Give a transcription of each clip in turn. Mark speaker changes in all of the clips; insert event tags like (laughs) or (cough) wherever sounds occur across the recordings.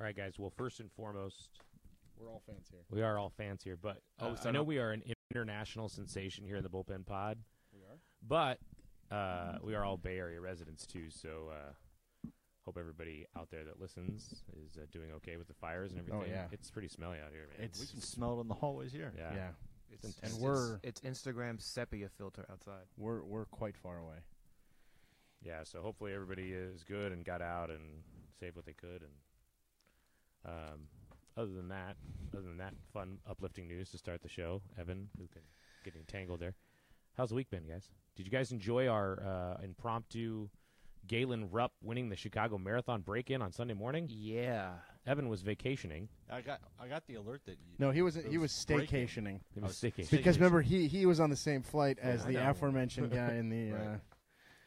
Speaker 1: All right, guys. Well, first and foremost,
Speaker 2: We're all fans here.
Speaker 1: we are all fans here, but
Speaker 3: Oh,
Speaker 1: uh,
Speaker 3: so
Speaker 1: I know
Speaker 3: no-
Speaker 1: we are an international sensation here in the bullpen pod,
Speaker 2: We are.
Speaker 1: but uh, we are all Bay Area residents too. So uh, hope everybody out there that listens is uh, doing okay with the fires and everything.
Speaker 2: yeah.
Speaker 1: It's pretty smelly out here, man.
Speaker 3: It's smelled in the hallways here.
Speaker 1: yeah.
Speaker 2: It's,
Speaker 1: intense. It's-
Speaker 2: and we're
Speaker 4: it's Instagram sepia filter outside.
Speaker 2: we're we're quite far away.
Speaker 1: Yeah, so hopefully everybody is good and got out and saved what they could. And um, other than that, other than that, fun, uplifting news to start the show. Evan, who can get entangled there. How's the week been, guys? Did you guys enjoy our uh, impromptu Galen Rupp winning the Chicago Marathon break-in on Sunday morning?
Speaker 4: Yeah.
Speaker 1: Evan was vacationing.
Speaker 3: I got I got the alert that you,
Speaker 2: No, he was he
Speaker 3: It
Speaker 2: was
Speaker 3: was breaking.
Speaker 2: staycationing
Speaker 1: He
Speaker 3: I
Speaker 1: was sticking.
Speaker 3: sick.
Speaker 2: because remember he he was on the same flight as
Speaker 3: I
Speaker 2: the
Speaker 3: know.
Speaker 2: aforementioned guy in the.
Speaker 3: Right.
Speaker 2: Uh,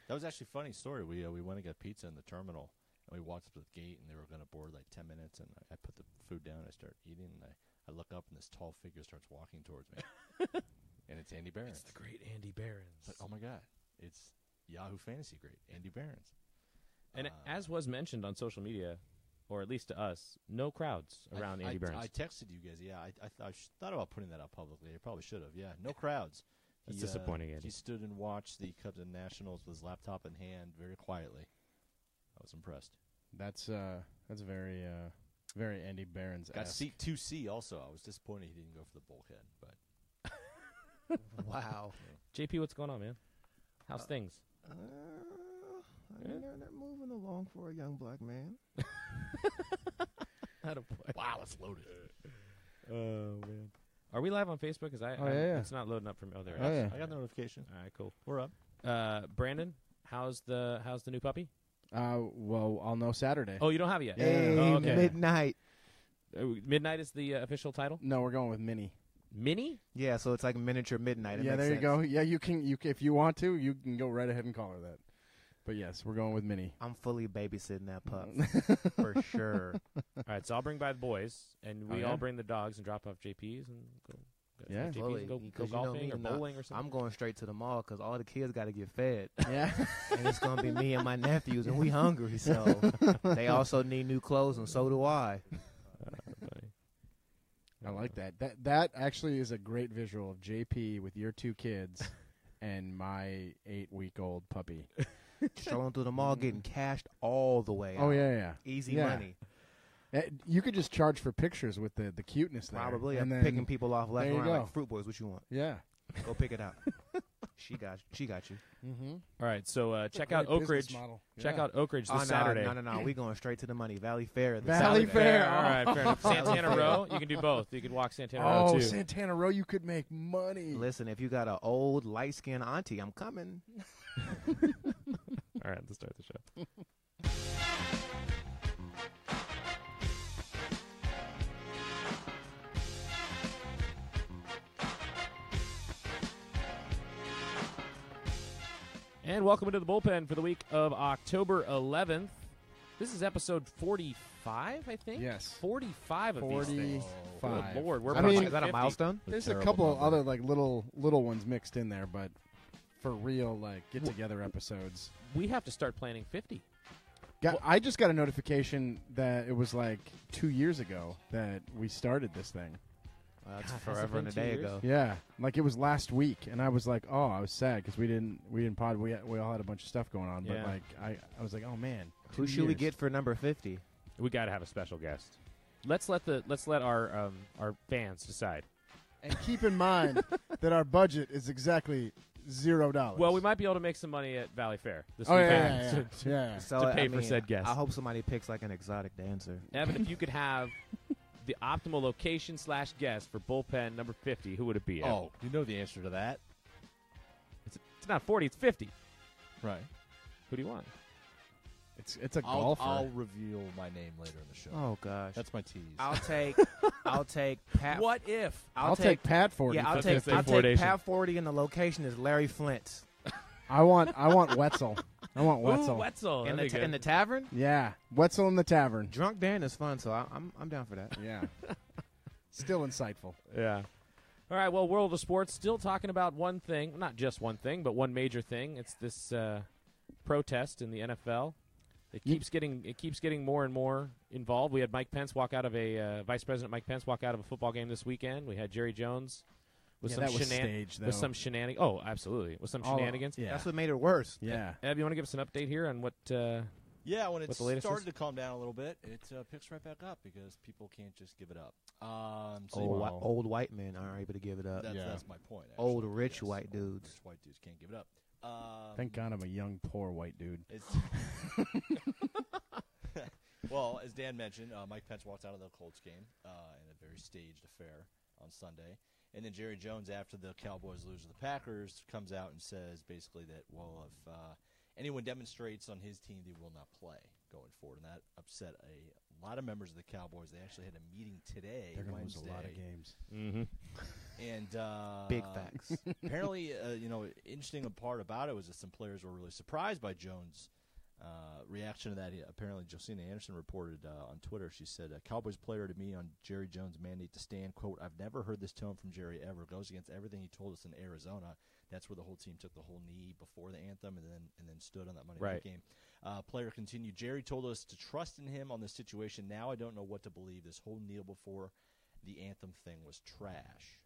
Speaker 3: that was actually a funny story. We uh, we went and got pizza in the terminal, and we walked up to the gate, and they were going to board like ten minutes, and I, I put the food down, I start eating, and I, I look up, and this tall figure starts walking towards me, (laughs) and it's Andy Barron.
Speaker 1: great Andy Barons.
Speaker 3: But oh my god, it's Yahoo Fantasy great Andy Barron's.
Speaker 1: And
Speaker 3: Uh,
Speaker 1: as was mentioned on social media, or at least to us, no crowds
Speaker 3: I-
Speaker 1: around
Speaker 3: I,
Speaker 1: Andy Barons.
Speaker 3: I texted you guys. Yeah, I I, th- I sh- thought about putting that up publicly. I probably should have. Yeah, no crowds.
Speaker 1: That's
Speaker 3: He, uh,
Speaker 1: disappointing, Andy.
Speaker 3: He stood and watched the Cubs and Nationals with his laptop in hand, very quietly. I was impressed.
Speaker 2: that's uh that's very uh very Andy Barron's.
Speaker 3: Got seat two C also. I was disappointed he didn't go for the bulkhead, but
Speaker 4: Wow.
Speaker 1: JP, what's going on, man? How's
Speaker 4: Uh,
Speaker 1: things?
Speaker 5: Uh, I mean, they're, they're moving along for a young
Speaker 1: (laughs)
Speaker 5: black man.
Speaker 3: wow, it's loaded.
Speaker 1: Oh man, are we live on Facebook? Because I,
Speaker 2: Oh,
Speaker 1: I-
Speaker 2: yeah, yeah.
Speaker 1: it's not loading up from oh there. it
Speaker 2: Oh,
Speaker 1: is.
Speaker 2: yeah.
Speaker 3: I got the notification.
Speaker 1: All right, cool.
Speaker 3: We're up.
Speaker 1: Uh, Brandon, how's the how's the new puppy?
Speaker 2: Uh, well, I'll know Saturday.
Speaker 1: Oh, you don't have it yet.
Speaker 2: Yeah.
Speaker 5: Hey,
Speaker 1: Oh, okay.
Speaker 5: midnight.
Speaker 1: Uh, Midnight is the uh, official title.
Speaker 2: No, we're going with Minnie.
Speaker 1: Mini.
Speaker 5: Yeah, so it's like miniature midnight. It
Speaker 2: yeah,
Speaker 5: makes
Speaker 2: there you
Speaker 5: sense.
Speaker 2: go. Yeah, you can you c- if you want to, you can go right ahead and call her that. But yes, we're going with Minnie.
Speaker 5: I'm fully babysitting
Speaker 2: (laughs)
Speaker 5: that pup for sure.
Speaker 1: all right, so I'll bring by the boys, and we
Speaker 2: Oh, yeah?
Speaker 1: all bring the dogs and drop off JPs and go. go-
Speaker 2: Yeah.
Speaker 1: JPs
Speaker 5: Fully,
Speaker 1: and go, go
Speaker 5: because you know
Speaker 1: golfing
Speaker 5: me,
Speaker 1: or
Speaker 5: nah,
Speaker 1: bowling or something.
Speaker 5: I'm going straight to the mall because all the kids got to get fed,
Speaker 2: yeah.
Speaker 5: and it's gonna be me and my nephews, and we
Speaker 2: (laughs)
Speaker 5: hungry, so they also need new clothes, and so do I.
Speaker 2: (laughs) I like that. That that actually is a great visual of JP with your two kids and my eight week old puppy.
Speaker 5: Strolling through the mall, getting cashed all the way.
Speaker 2: Mm. Oh
Speaker 5: out.
Speaker 2: yeah, yeah.
Speaker 5: easy
Speaker 2: Yeah.
Speaker 5: money.
Speaker 2: Uh, You could just charge for pictures with the the cuteness there.
Speaker 5: Probably, I'm
Speaker 2: and then,
Speaker 5: picking people off left
Speaker 2: there
Speaker 5: and
Speaker 2: you
Speaker 5: right.
Speaker 2: go.
Speaker 5: Like fruit boys, what you want?
Speaker 2: Yeah.
Speaker 5: Go pick
Speaker 2: (laughs)
Speaker 5: it out. she got, she got you.
Speaker 2: Mm-hmm.
Speaker 1: All right, so uh, check out Oak Ridge. Check out Oak Ridge this
Speaker 5: oh, no,
Speaker 1: Saturday.
Speaker 5: No, no, no. We going straight to the money. Valley Fair. This
Speaker 2: Valley
Speaker 5: Saturday.
Speaker 2: Fair.
Speaker 1: All right, fair
Speaker 2: (laughs)
Speaker 1: enough.
Speaker 2: Valley
Speaker 1: Santana
Speaker 2: Fair.
Speaker 1: Row. You can do both. You could walk Santana Row
Speaker 2: Oh,
Speaker 1: too.
Speaker 2: Santana Row, you could make money.
Speaker 5: Listen, if you got an old light skinned auntie, I'm coming.
Speaker 1: All right, let's start the show. And welcome into the bullpen for the week of October 11th. This is episode 45, I think.
Speaker 2: Yes.
Speaker 1: 45 of these
Speaker 2: Forty
Speaker 1: things.
Speaker 2: five.
Speaker 1: Good lord, we're
Speaker 2: I
Speaker 1: about
Speaker 2: mean,
Speaker 1: to
Speaker 5: is that a
Speaker 1: 50.
Speaker 5: milestone?
Speaker 2: There's a
Speaker 3: Terrible
Speaker 2: couple
Speaker 3: number.
Speaker 2: other like little little ones mixed in there, but for real, like get together episodes.
Speaker 1: We have to start planning 50.
Speaker 2: Got, I just got a notification that it was like two years ago that we started this thing.
Speaker 5: Well, that's
Speaker 1: God, has it
Speaker 5: forever and a
Speaker 1: been two
Speaker 5: day
Speaker 1: years?
Speaker 5: ago.
Speaker 2: Yeah, like it was last week, and I was like, oh, I was sad because we didn't we didn't pod. We we all had a bunch of stuff going on, but
Speaker 1: Yeah.
Speaker 2: like I I was like, oh man,
Speaker 5: Who
Speaker 2: two
Speaker 5: should we
Speaker 2: years.
Speaker 5: get for number 50?
Speaker 1: We got to have a special guest. Let's let the let's let our um, our fans decide.
Speaker 2: And keep in (laughs) mind that our budget is exactly zero dollars.
Speaker 1: Well, we might be able to make some money at Valley Fair this
Speaker 2: Oh yeah,
Speaker 1: weekend.
Speaker 2: yeah, yeah, yeah. yeah.
Speaker 5: So,
Speaker 1: To
Speaker 5: I-
Speaker 1: pay
Speaker 5: I
Speaker 1: for
Speaker 5: mean,
Speaker 1: said guest.
Speaker 5: I hope somebody picks like an exotic dancer.
Speaker 1: Evan, if you could have (laughs) the optimal location slash guest for bullpen number fifty, who would it be? Evan?
Speaker 3: Oh, you know the answer to that,
Speaker 1: it's, it's not forty; it's fifty.
Speaker 3: right?
Speaker 1: Who do you want?
Speaker 2: It's it's a
Speaker 3: I'll,
Speaker 2: golfer.
Speaker 3: I'll reveal my name later in the show.
Speaker 5: Oh, gosh.
Speaker 3: That's my tease.
Speaker 1: (laughs)
Speaker 5: I'll take, I'll take Pat.
Speaker 1: What if?
Speaker 5: I'll,
Speaker 2: I'll take, Pat Forty.
Speaker 5: Yeah, I'll
Speaker 1: That's gonna
Speaker 5: take,
Speaker 1: say
Speaker 5: I'll take
Speaker 1: Fordation.
Speaker 5: Pat 40, and the location is Larry Flint.
Speaker 2: I want I want Wetzel. I want Wetzel.
Speaker 1: Ooh, Wetzel.
Speaker 5: in, the
Speaker 1: Oh, That'd
Speaker 5: ta-
Speaker 1: be
Speaker 5: in the
Speaker 1: good.
Speaker 5: tavern?
Speaker 2: yeah, Wetzel in the tavern.
Speaker 5: Drunk Dan is fun, so I, I'm, I'm down for that.
Speaker 2: Yeah, still insightful.
Speaker 1: yeah. All right. Well, world of sports still talking about one thing, not just one thing, but one major thing. It's this uh, protest in the NFL. It
Speaker 2: You-
Speaker 1: keeps getting it keeps getting more and more involved. We had Mike Pence walk out of a uh, Vice President Mike Pence walk out of a football game this weekend. We had Jerry Jones with
Speaker 2: yeah,
Speaker 1: some
Speaker 2: that was
Speaker 1: shenan-
Speaker 2: staged though.
Speaker 1: with some shenanigans. Oh, absolutely, with some
Speaker 5: All-
Speaker 1: shenanigans.
Speaker 2: yeah,
Speaker 5: That's what made it worse.
Speaker 2: yeah.
Speaker 1: Eb, you want to give us an update here on what? Uh,
Speaker 3: Yeah, when it
Speaker 1: What the latest
Speaker 3: started
Speaker 1: is?
Speaker 3: to calm down a little bit, it uh, picks right back up because people can't just give it up. Um, so
Speaker 5: Old,
Speaker 3: you-
Speaker 5: whi-
Speaker 1: Oh.
Speaker 2: Wow.
Speaker 5: old white men aren't able to give it up.
Speaker 3: that's,
Speaker 2: Yeah.
Speaker 3: that's my point. Actually.
Speaker 5: Oh, Old rich
Speaker 3: Yes,
Speaker 5: white
Speaker 3: old
Speaker 5: dudes.
Speaker 3: rich white dudes can't give it up. Um,
Speaker 2: Thank God I'm a young poor white dude. (laughs)
Speaker 3: It's well, as Dan mentioned, uh, Mike Pence walked out of the Colts game uh, in a very staged affair on Sunday, and then Jerry Jones, after the Cowboys lose to the Packers, comes out and says basically that well, if uh, anyone demonstrates on his team, they will not play going forward, and that upset a lot of members of the Cowboys. They actually had a meeting today,
Speaker 2: They're gonna lose
Speaker 3: Wednesday,
Speaker 2: a lot of games.
Speaker 1: mm-hmm.
Speaker 3: and uh,
Speaker 5: Big facts. (laughs)
Speaker 3: apparently, uh, you know, interesting part about it was that some players were really surprised by Jones' uh, reaction to that. He- Apparently, Josina Anderson reported uh, on Twitter. She said, "A Cowboys player to me on Jerry Jones' mandate to stand. Quote: I've never heard this tone from Jerry ever. Goes against everything he told us in Arizona. That's where the whole team took the whole knee before the anthem, and then and then stood on that Monday
Speaker 1: Right.
Speaker 3: night game." Uh, player continued, "Jerry told us to trust in him on this situation. Now I don't know what to believe. This whole kneel before." The anthem thing was trash.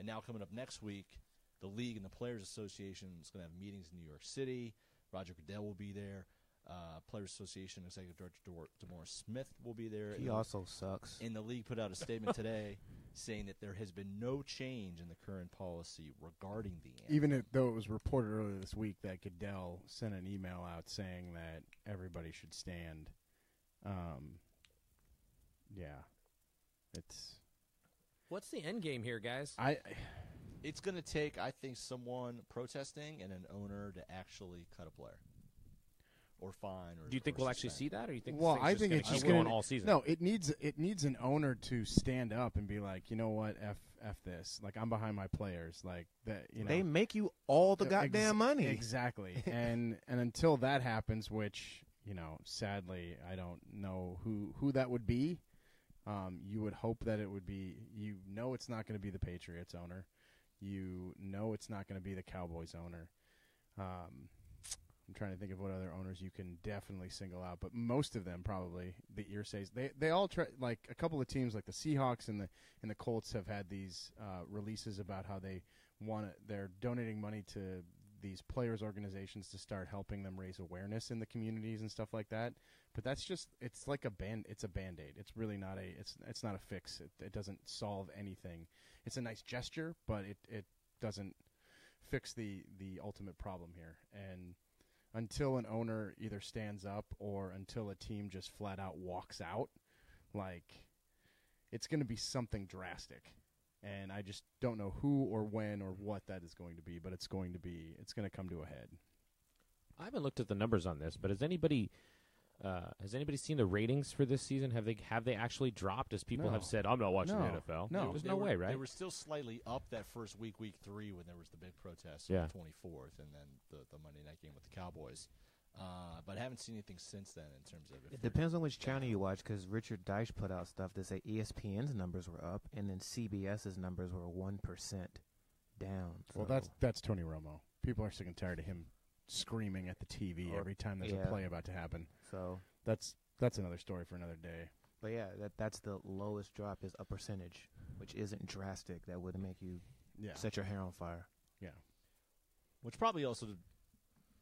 Speaker 3: And now coming up next week, the league and the Players Association is going to have meetings in New York City. Roger Goodell will be there. Uh, Players Association Executive Director Dor- Demoris Smith will be there.
Speaker 5: he
Speaker 3: And-
Speaker 5: also sucks.
Speaker 3: and the league put out a statement today (laughs) saying that there has been no change in the current policy regarding the anthem.
Speaker 2: Even if, though it was reported earlier this week that Goodell sent an email out saying that everybody should stand. Um, yeah, it's
Speaker 1: What's the end game here, guys?
Speaker 2: I.
Speaker 3: it's going to take, I think, someone protesting and an owner to actually cut a player or fine. Or,
Speaker 1: Do you think
Speaker 3: or
Speaker 1: we'll actually see
Speaker 3: suspend.
Speaker 1: that, or you think? this
Speaker 2: Well,
Speaker 1: thing's
Speaker 2: I think
Speaker 1: gonna
Speaker 2: it's
Speaker 1: keep
Speaker 2: just
Speaker 1: going
Speaker 2: gonna-
Speaker 1: all season.
Speaker 2: No, it needs it needs an owner to stand up and be like, you know what, f f this. Like I'm behind my players. Like that. You know
Speaker 5: they make you all the
Speaker 2: Uh,
Speaker 5: goddamn
Speaker 2: ex-
Speaker 5: money. (laughs)
Speaker 2: Exactly. and and until that happens, which you know, sadly, I don't know who who that would be. Um, you would hope that it would be. You know, it's not going to be the Patriots owner. You know, it's not going to be the Cowboys owner. Um, I'm trying to think of what other owners you can definitely single out, but most of them probably the Earsays. They they all try like a couple of teams like the Seahawks and the and the Colts have had these uh, releases about how they want to, they're donating money to these players organizations to start helping them raise awareness in the communities and stuff like that. But that's just it's like a band it's a band-aid. It's really not a it's it's not a fix. It, it doesn't solve anything. It's a nice gesture, but it it doesn't fix the the ultimate problem here. And until an owner either stands up or until a team just flat out walks out, like it's going to be something drastic. And I just don't know who or when or what that is going to be, but it's going to be it's going to come to a head.
Speaker 1: I haven't looked at the numbers on this, but has anybody uh, has anybody seen the ratings for this season? Have they have they actually dropped? As people
Speaker 2: No.
Speaker 1: have said, I'm not watching
Speaker 2: No.
Speaker 1: the NFL.
Speaker 2: No.
Speaker 1: there's
Speaker 3: They
Speaker 1: no
Speaker 3: were-
Speaker 1: way, right?
Speaker 3: They were still slightly up that first week, week three, when there was the big protest
Speaker 1: Yeah.
Speaker 3: on the 24th, and then the, the Monday night game with the Cowboys. Uh, but I haven't seen anything since then in terms of if
Speaker 5: It
Speaker 3: they're-
Speaker 5: depends on which channel you watch, because Richard Deitch put out stuff that say E ESPN's numbers were up, and then CBS's numbers were one percent down.
Speaker 2: Well,
Speaker 5: So-
Speaker 2: that's that's Tony Romo. People are sick and tired of him screaming at the TV
Speaker 5: Or-
Speaker 2: every time there's
Speaker 5: yeah.
Speaker 2: a play about to happen.
Speaker 5: so.
Speaker 2: That's that's another story for another day.
Speaker 5: But yeah, that that's the lowest drop is a percentage, which isn't drastic. That would make you
Speaker 2: Yeah.
Speaker 5: set your hair on fire.
Speaker 3: which probably also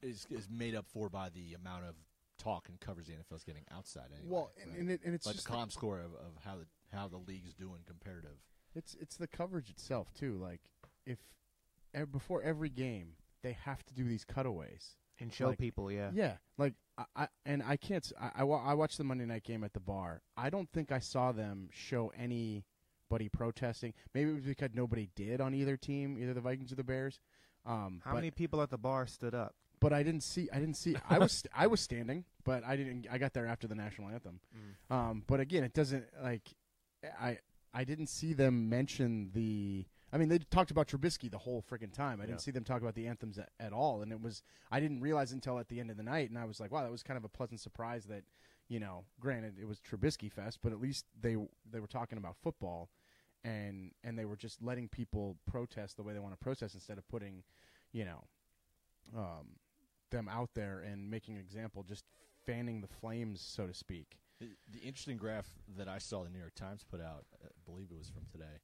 Speaker 3: is is made up for by the amount of talk and coverage the NFL's getting outside. Anyway,
Speaker 2: well, and,
Speaker 3: right?
Speaker 2: and, it, and it's
Speaker 3: like the
Speaker 2: just
Speaker 3: com score of, of how the how the league's doing comparative.
Speaker 2: It's it's the coverage itself too. Like if ev- before every game they have to do these cutaways.
Speaker 5: And show
Speaker 2: Like-
Speaker 5: people, yeah.
Speaker 2: Yeah, like I, I and I can't. s- I, I wa- I watched the Monday night game at the bar. I don't think I saw them show anybody protesting. Maybe it was because nobody did on either team, either the Vikings or the Bears. Um,
Speaker 5: How
Speaker 2: but,
Speaker 5: many people at the bar stood up?
Speaker 2: But I didn't see. I didn't see. I was I was standing, but I didn't. I got there after the national anthem. Um, but again, it doesn't like I I didn't see them mention the. I mean, they talked about Trubisky the whole freaking time. I
Speaker 1: Yeah.
Speaker 2: didn't see them talk about the anthems at, at all, and it was I didn't realize until at the end of the night, and I was like, wow, that was kind of a pleasant surprise that you know, granted it was Trubisky fest, but at least they they were talking about football, and and they were just letting people protest the way they want to protest instead of putting, you know, um, them out there and making an example, just fanning the flames, so to speak.
Speaker 3: The, the interesting graph that I saw the New York Times put out, uh, I believe it was from today,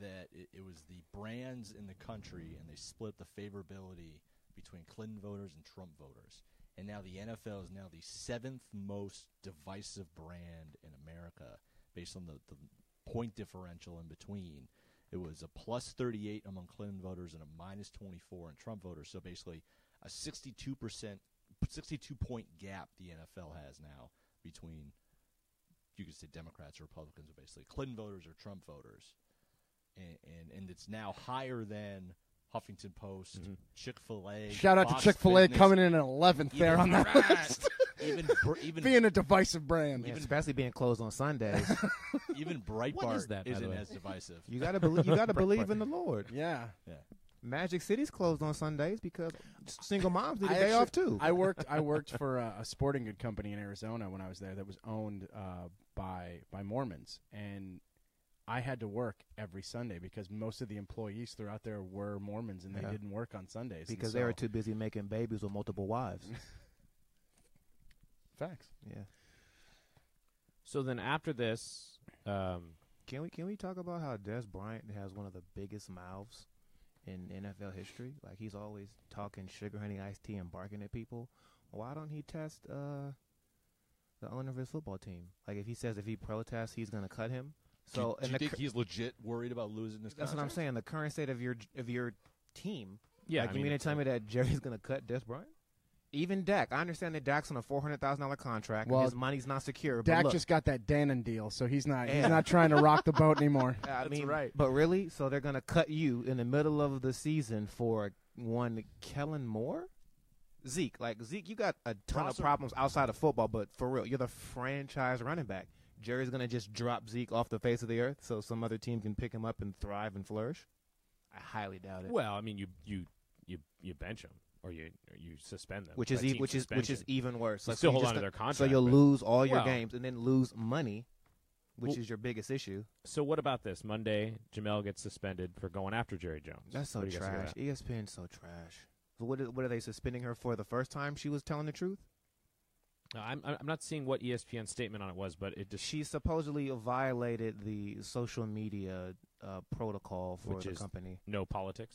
Speaker 3: that it, it was the brands in the country and they split the favorability between Clinton voters and Trump voters. And now the NFL is now the seventh most divisive brand in America based on the, the point differential in between. It was a plus 38 among Clinton voters and a minus 24 in Trump voters. So basically, a 62%, 62 point gap the NFL has now between, you could say Democrats or Republicans, but basically Clinton voters or Trump voters. And, and, and it's now higher than Huffington Post, Chick fil A.
Speaker 2: Mm-hmm. Shout out to Chick Fil A coming in at eleventh there on that (laughs) list,
Speaker 3: even, Br- even,
Speaker 2: being a divisive brand.
Speaker 5: Yeah, especially being closed on (laughs) Sundays.
Speaker 3: even Breitbart
Speaker 1: What is that, by the
Speaker 3: isn't
Speaker 1: way?
Speaker 3: as divisive.
Speaker 5: you gotta believe. You gotta believe in the Lord.
Speaker 2: Yeah,
Speaker 5: Magic City's closed on Sundays because s- single moms need
Speaker 2: I
Speaker 5: a day
Speaker 2: actually-
Speaker 5: off too.
Speaker 2: I worked. I worked for a, a sporting good company in Arizona when I was there that was owned uh, by by Mormons, and I had to work every Sunday because most of the employees throughout there were Mormons, and they
Speaker 5: Yeah.
Speaker 2: didn't work on Sundays and
Speaker 5: because they were
Speaker 2: so-
Speaker 5: too busy making babies with multiple wives.
Speaker 2: facts.
Speaker 5: yeah.
Speaker 1: So then after this, um,
Speaker 5: Can we can we talk about how Des Bryant has one of the biggest mouths in NFL history? Like he's always talking sugar honey iced tea and barking at people. Why don't he test uh, the owner of his football team? Like if he says if he protests, he's gonna cut him. So
Speaker 3: do,
Speaker 5: and
Speaker 3: you
Speaker 5: the
Speaker 3: think
Speaker 5: cur-
Speaker 3: he's legit worried about losing this?
Speaker 5: that's what I'm saying. The current state of your of your team.
Speaker 1: yeah,
Speaker 5: like
Speaker 1: I
Speaker 5: you mean to
Speaker 1: it's
Speaker 5: tell
Speaker 1: a-
Speaker 5: me that Jerry's gonna cut Des Bryant? Even Dak, I understand that Dak's on a four hundred thousand dollar contract.
Speaker 2: Well,
Speaker 5: and his money's not secure. but
Speaker 2: Dak
Speaker 5: look.
Speaker 2: just got that Dannon deal, so he's not he's
Speaker 5: Yeah.
Speaker 2: not trying to rock the
Speaker 5: (laughs)
Speaker 2: boat anymore.
Speaker 5: I mean,
Speaker 1: right.
Speaker 5: But really, so they're gonna cut you in the middle of the season for one Kellen Moore, Zeke. Like Zeke, you got a ton
Speaker 3: Roster-
Speaker 5: of problems outside of football, but for real, you're the franchise running back. Jerry's gonna just drop Zeke off the face of the earth so some other team can pick him up and thrive and flourish. I highly doubt it.
Speaker 1: Well, I mean, you you you you bench them or you or you suspend them,
Speaker 5: which is
Speaker 1: Like,
Speaker 5: e-
Speaker 1: team
Speaker 5: which is which is
Speaker 1: suspension.
Speaker 5: even worse.
Speaker 1: You
Speaker 5: Like,
Speaker 1: still
Speaker 5: so
Speaker 1: hold
Speaker 5: just
Speaker 1: on to
Speaker 5: gon-
Speaker 1: their contract,
Speaker 5: so you'll
Speaker 1: but-
Speaker 5: lose all your
Speaker 1: Well-
Speaker 5: games and then lose money, which
Speaker 1: Well-
Speaker 5: is your biggest issue.
Speaker 1: So what about this Monday? Jamel gets suspended for going after Jerry Jones.
Speaker 5: That's so
Speaker 1: What do you guys think of
Speaker 5: trash. E
Speaker 1: that?
Speaker 5: ESPN's so trash. So what, are- what are they suspending her for the first time she was telling the truth?
Speaker 1: No, I'm I'm I'm not seeing what E ESPN's statement on it was, but it just
Speaker 5: She supposedly violated the social media uh, protocol for
Speaker 1: Which
Speaker 5: the
Speaker 1: is
Speaker 5: company.
Speaker 1: no politics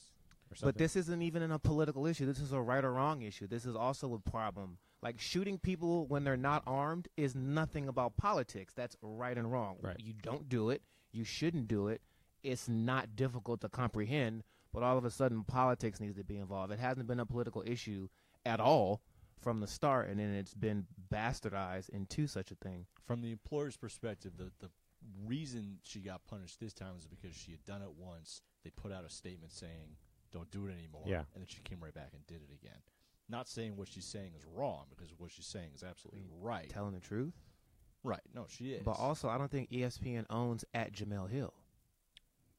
Speaker 1: or something.
Speaker 5: But this isn't even in a political issue. This is a right or wrong issue. This is also a problem. Like shooting people when they're not armed is nothing about politics. That's right and wrong.
Speaker 1: Right.
Speaker 5: You don't do it. You shouldn't do it. It's not difficult to comprehend, but all of a sudden politics needs to be involved. It hasn't been a political issue at all from the start, and then it's been bastardized into such a thing.
Speaker 3: From the employer's perspective, the the reason she got punished this time is because she had done it once. They put out a statement saying, "Don't do it anymore."
Speaker 1: Yeah.
Speaker 3: and then she came right back and did it again. Not saying what she's saying is wrong because what she's saying is absolutely right.
Speaker 5: Telling the truth.
Speaker 3: Right? No, she is.
Speaker 5: But also, I don't think E ESPN owns at Jamel Hill.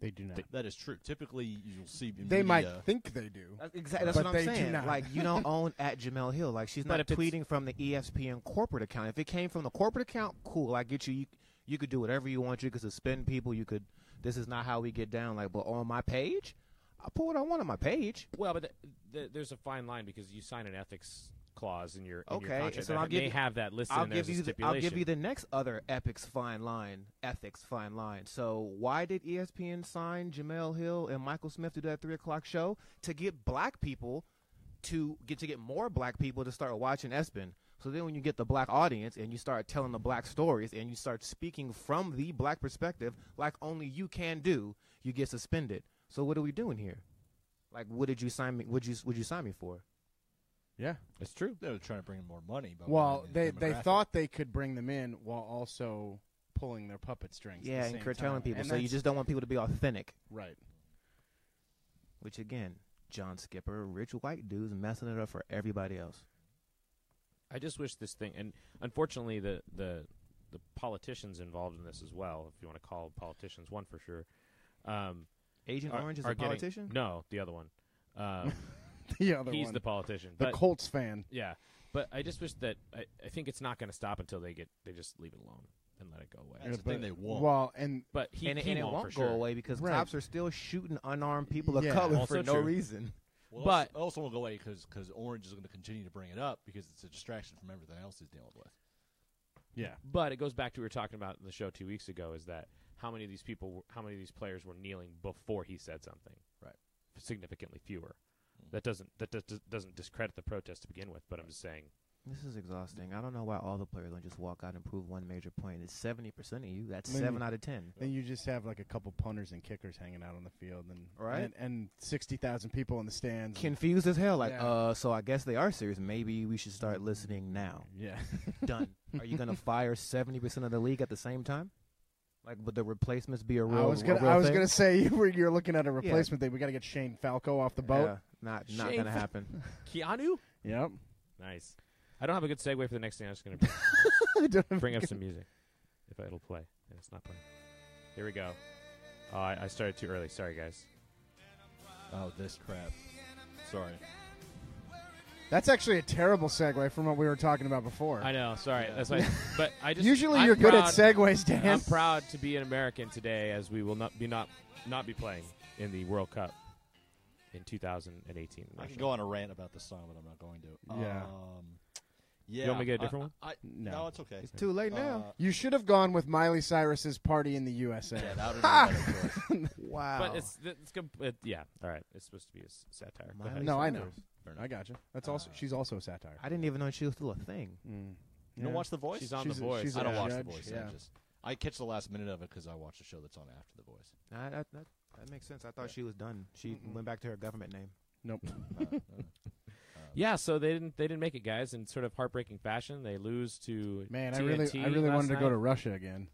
Speaker 2: They do not. They,
Speaker 3: that is true. Typically, you'll see the
Speaker 2: might
Speaker 3: media-
Speaker 2: think they do.
Speaker 5: That's exactly that's
Speaker 2: But
Speaker 5: what
Speaker 2: they
Speaker 5: I'm
Speaker 2: do
Speaker 5: saying.
Speaker 2: not.
Speaker 5: Like you don't own at Jamel Hill. Like she's
Speaker 1: But
Speaker 5: not
Speaker 1: if it's-
Speaker 5: tweeting from the E ESPN corporate account. If it came from the corporate account, cool. I get you. You you could do whatever you want. You could suspend people. You could. This is not how we get down. Like, but on my page, I put what I want on my page.
Speaker 1: well, but th- th- there's a fine line because you sign an ethics clause in your in
Speaker 5: Okay,
Speaker 1: your contract
Speaker 5: so
Speaker 1: that
Speaker 5: I'll give
Speaker 1: may
Speaker 5: you-
Speaker 1: have that listed.
Speaker 5: I'll
Speaker 1: and there's
Speaker 5: give you.
Speaker 1: a
Speaker 5: The,
Speaker 1: stipulation.
Speaker 5: I'll give you the next other epics fine line. Ethics fine line. So why did E ESPN sign Jamel Hill and Michael Smith to do that three o'clock show to get black people to get to get more black people to start watching E ESPN? So then when you get the black audience and you start telling the black stories and you start speaking from the black perspective, like only you can do, you get suspended. So what are we doing here? Like, what did you sign me? Would you would you sign me for?
Speaker 2: Yeah.
Speaker 1: It's true.
Speaker 3: They were trying to bring in more money. By
Speaker 2: Well,
Speaker 3: widening the
Speaker 2: they they
Speaker 3: demographic.
Speaker 2: thought they could bring them in while also pulling their puppet strings. at the
Speaker 5: Yeah, and
Speaker 2: same
Speaker 5: curtailing
Speaker 2: time.
Speaker 5: people.
Speaker 2: And
Speaker 5: so you
Speaker 2: that's-
Speaker 5: just don't want people to be authentic.
Speaker 2: right. (laughs)
Speaker 5: Which again, John Skipper, rich white dudes messing it up for everybody else.
Speaker 1: I just wish this thing, and unfortunately, the the the politicians involved in this as well, if you want to call politicians one for sure. Um,
Speaker 5: Agent
Speaker 1: are-
Speaker 5: Orange is
Speaker 1: are
Speaker 5: a
Speaker 1: getting-
Speaker 5: politician.
Speaker 1: No, the other one.
Speaker 5: (laughs)
Speaker 1: Um,
Speaker 2: The other
Speaker 1: he's
Speaker 2: one,
Speaker 1: the politician.
Speaker 2: the
Speaker 1: But
Speaker 2: Colts fan.
Speaker 1: yeah, but I just wish that I, I think it's not going to stop until they get they just leave it alone and let it go away.
Speaker 3: That's the thing they want.
Speaker 2: Well, and
Speaker 1: But he,
Speaker 5: and,
Speaker 1: he
Speaker 5: and it
Speaker 1: won't,
Speaker 5: won't
Speaker 1: for
Speaker 5: go
Speaker 1: sure.
Speaker 5: away because
Speaker 2: Right.
Speaker 5: cops are still shooting unarmed people of
Speaker 2: Yeah.
Speaker 5: color
Speaker 1: Also
Speaker 5: for no
Speaker 1: true.
Speaker 5: reason.
Speaker 3: Well,
Speaker 5: But-
Speaker 3: also- also will go away because Orange is going to continue to bring it up because it's a distraction from everything else he's dealing with.
Speaker 2: Yeah.
Speaker 1: But it goes back to what we were talking about in the show two weeks ago is that how many of these people, were, how many of these players were kneeling before he said something?
Speaker 3: Right.
Speaker 1: Significantly fewer.
Speaker 2: Hmm.
Speaker 3: Mhm.
Speaker 1: That doesn't that does, does- doesn't discredit the protest to begin with, but I'm just saying
Speaker 5: This is exhausting. I don't know why all the players don't just walk out and prove one major point. It's seventy percent of you. That's
Speaker 2: Maybe.
Speaker 5: seven out of ten.
Speaker 2: Then you just have like a couple punters and kickers hanging out on the field, and
Speaker 5: Right.
Speaker 2: and, and sixty thousand people in the stands. and-
Speaker 5: Confused as hell. Like,
Speaker 2: Yeah.
Speaker 5: uh, so I guess they are serious. Maybe we should start listening now.
Speaker 2: yeah,
Speaker 1: (laughs)
Speaker 5: Done. Are
Speaker 2: (laughs)
Speaker 5: you gonna fire seventy percent of the league at the same time? Like, would the replacements be a real?
Speaker 2: I was gonna
Speaker 5: a real
Speaker 2: I was
Speaker 5: thing?
Speaker 2: gonna say (laughs) you were you're looking at a replacement thing. We got to get Shane Falco off the boat.
Speaker 5: Yeah, not not
Speaker 1: Shame.
Speaker 5: gonna happen.
Speaker 1: Keanu.
Speaker 2: Yep.
Speaker 1: Nice. I don't have a good segue for the next thing. I'm just gonna bring,
Speaker 2: (laughs) I don't have-
Speaker 1: bring up some music if it'll play. And it's not playing. Here we go. Oh, I, I started too early. Sorry, guys.
Speaker 3: Oh, this crap. Sorry.
Speaker 2: That's actually a terrible segue from what we were talking about before.
Speaker 1: I know. Sorry.
Speaker 3: Yeah.
Speaker 1: That's why. But I just
Speaker 2: (laughs) Usually
Speaker 1: I'm
Speaker 2: you're good at
Speaker 1: proud-
Speaker 2: segues, Dan.
Speaker 1: I'm proud to be an American today, as we will not be not not be playing in the World Cup in 2018. in
Speaker 3: I can
Speaker 1: Russia.
Speaker 3: go on a rant about this song, but I'm not going to.
Speaker 2: Yeah.
Speaker 3: Um, yeah.
Speaker 1: You want me to get a
Speaker 3: I-
Speaker 1: different one?
Speaker 3: I-
Speaker 2: No.
Speaker 3: no, it's okay.
Speaker 5: It's too late now.
Speaker 3: Uh,
Speaker 2: You should have gone with Miley Cyrus's party in the USA.
Speaker 3: yeah, that would have been a better choice.
Speaker 2: (laughs)
Speaker 5: wow.
Speaker 1: But it's, it's com- it, yeah. All right. It's supposed to be a s- satire. Go ahead.
Speaker 5: Miley
Speaker 2: No, I know.
Speaker 5: Cyrus.
Speaker 3: Fair enough.
Speaker 2: I gotcha. That's also
Speaker 3: Uh,
Speaker 2: she's also a satire.
Speaker 5: I didn't even know she was still a thing.
Speaker 2: Mm.
Speaker 3: You don't
Speaker 2: Yeah.
Speaker 3: watch The Voice?
Speaker 1: She's on
Speaker 2: She's
Speaker 1: the
Speaker 2: a-
Speaker 1: voice.
Speaker 2: she's
Speaker 3: I don't
Speaker 2: Yeah.
Speaker 3: watch The
Speaker 2: Judge,
Speaker 3: Voice.
Speaker 2: yeah.
Speaker 3: I just I catch the last minute of it because I watch the show that's on after
Speaker 5: (laughs)
Speaker 3: The Voice.
Speaker 5: Nah, that, that, that makes sense. I thought
Speaker 3: Yeah.
Speaker 5: she was done. She
Speaker 2: Mm-mm.
Speaker 5: went back to her government name.
Speaker 2: Nope.
Speaker 3: Uh, uh, uh,
Speaker 1: yeah. So they didn't they didn't make it, guys. In sort of heartbreaking fashion, they lose to
Speaker 2: Man, I
Speaker 1: TNT
Speaker 2: really I really
Speaker 1: last
Speaker 2: wanted to
Speaker 1: night.
Speaker 2: go to Russia again.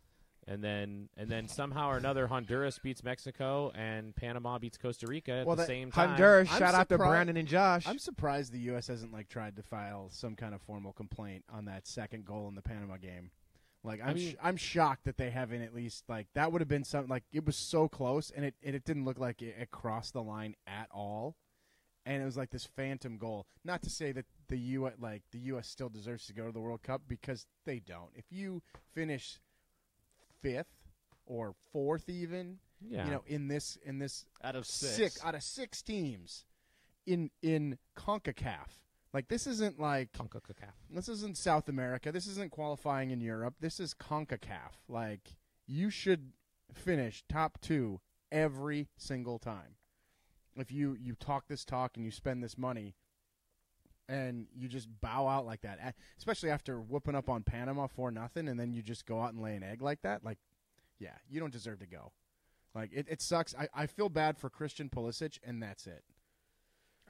Speaker 1: and then and then somehow or another Honduras beats Mexico and Panama beats Costa Rica at
Speaker 2: Well,
Speaker 1: the
Speaker 2: that-
Speaker 1: same time.
Speaker 5: Honduras,
Speaker 2: I'm
Speaker 5: shout out to
Speaker 2: surprised-
Speaker 5: Brandon and Josh.
Speaker 2: I'm surprised the U.S. hasn't like tried to file some kind of formal complaint on that second goal in the Panama game. Like I'm,
Speaker 1: mean-
Speaker 2: sh- I'm shocked that they haven't at least like that would have been something like it was so close and it and it didn't look like it, it crossed the line at all, and it was like this phantom goal. Not to say that the U like the U.S. still deserves to go to the World Cup because they don't. If you finish fifth or fourth, even
Speaker 1: Yeah.
Speaker 2: you know in this in this
Speaker 3: Out of
Speaker 2: six.
Speaker 3: six.
Speaker 2: out of six teams in in CONCACAF. Like this isn't like
Speaker 1: Concacaf.
Speaker 2: this isn't South America. This isn't qualifying in Europe. This is CONCACAF. Like you should finish top 2 every single time. If you you talk this talk and you spend this money and you just bow out like that, a- especially after whooping up on Panama for nothing and then you just go out and lay an egg like that, like yeah, you don't deserve to go. Like it, it sucks. I, I feel bad for Christian Pulisic and that's it.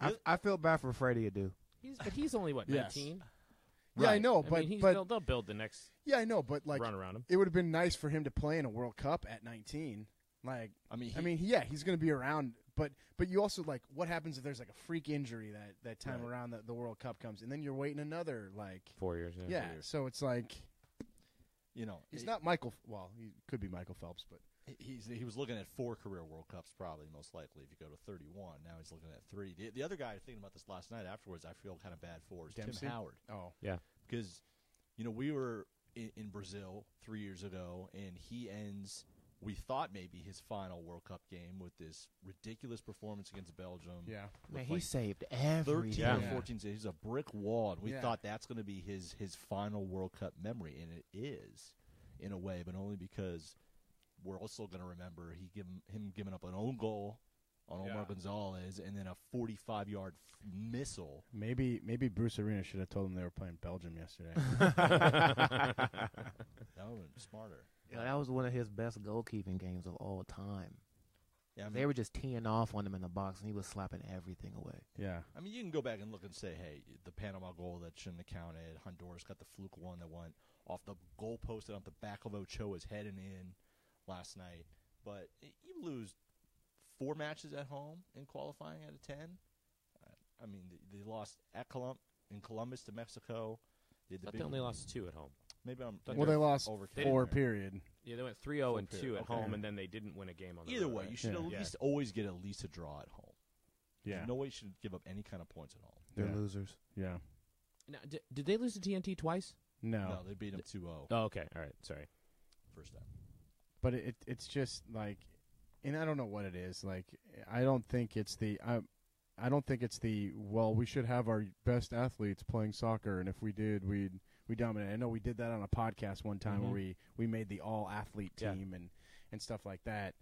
Speaker 5: I, I feel bad for Freddie Adu.
Speaker 1: He's, but he's only what
Speaker 2: Yes.
Speaker 1: 19.
Speaker 2: Yeah, I
Speaker 3: Right.
Speaker 2: know,
Speaker 1: I
Speaker 2: but
Speaker 1: mean, he's,
Speaker 2: but
Speaker 1: they'll, they'll build the next
Speaker 2: yeah, I know, but like
Speaker 1: run around him.
Speaker 2: it would have been nice for him to play in a World Cup at 19. Like,
Speaker 3: I mean, he,
Speaker 2: I mean, yeah, he's going to be around, but but you also like, what happens if there's like a freak injury that that time
Speaker 3: Right.
Speaker 2: around that the World Cup comes, and then you're waiting another like,
Speaker 1: Four years.
Speaker 2: yeah.
Speaker 3: years.
Speaker 2: So it's like
Speaker 3: you know,
Speaker 2: he's
Speaker 3: he-
Speaker 2: not Michael. Well, he could be Michael Phelps, but
Speaker 3: He's, he was looking at four career World Cups, probably most likely. If you go to 31, now he's looking at three. The, the other guy, thinking about this last night afterwards, I feel kind of bad for is
Speaker 2: Dempsey?
Speaker 3: Tim Howard
Speaker 2: oh,
Speaker 3: because you know we were in, in Brazil three years ago, and he ends. We thought maybe his final World Cup game with this ridiculous performance against Belgium.
Speaker 2: yeah,
Speaker 5: Man,
Speaker 3: Looked
Speaker 5: he
Speaker 3: like
Speaker 5: saved every.
Speaker 3: 13
Speaker 1: Yeah.
Speaker 3: or
Speaker 2: Yeah.
Speaker 3: 14 he's a brick wall and we
Speaker 2: Yeah.
Speaker 3: thought that's going to be his his final world cup memory and it is in a way but only because we're also going to remember he give him, him giving up an own goal on Omar
Speaker 1: Yeah.
Speaker 3: Gonzalez and then a 45 yard missile
Speaker 2: maybe maybe Bruce Arena should have told him they were playing Belgium yesterday. (laughs)
Speaker 1: (laughs)
Speaker 3: that would have been smarter
Speaker 5: Yeah, that was one of his best goalkeeping games of all time.
Speaker 3: yeah, I mean,
Speaker 5: They were just teeing off on him in the box, and he was slapping everything away.
Speaker 2: yeah,
Speaker 3: I mean, you can go back and look and say, hey, the Panama goal that shouldn't have counted. Honduras got the fluke one that went off the goalpost and off the back of Ochoa's head and in last night. But y- you lose four matches at home in qualifying out of ten. I- I mean, th- they lost at Colum- in Columbus to Mexico. They had the
Speaker 1: But
Speaker 3: big-
Speaker 1: they only lost two at home.
Speaker 3: Maybe I'm
Speaker 1: Well,
Speaker 2: they lost
Speaker 3: over
Speaker 1: They
Speaker 2: four period.
Speaker 1: Yeah, they went 3-0 and
Speaker 3: Full
Speaker 1: 2 at
Speaker 3: period. Okay.
Speaker 1: home, and then they didn't win a game on the
Speaker 3: Either
Speaker 1: road,
Speaker 3: way,
Speaker 1: right?
Speaker 3: you should
Speaker 2: Yeah.
Speaker 3: at least
Speaker 1: Yeah.
Speaker 3: always get at least a draw at home.
Speaker 2: Yeah,
Speaker 3: No way you should give up any kind of points at home.
Speaker 5: They're
Speaker 2: Yeah.
Speaker 5: losers.
Speaker 2: yeah,
Speaker 1: Now, did, did they lose to TNT twice?
Speaker 2: no.
Speaker 3: No, they beat them 2-0
Speaker 1: Oh, okay. All right. Sorry.
Speaker 3: first time.
Speaker 2: but it it's just like and i don't know what it is like i don't think it's the i I don't think it's the well. We should have our best athletes playing soccer, and if we did, we'd we dominate. I know we did that on a podcast one time where
Speaker 3: Mhm.
Speaker 2: we we made the all athlete
Speaker 1: Yeah.
Speaker 2: team and and stuff like that.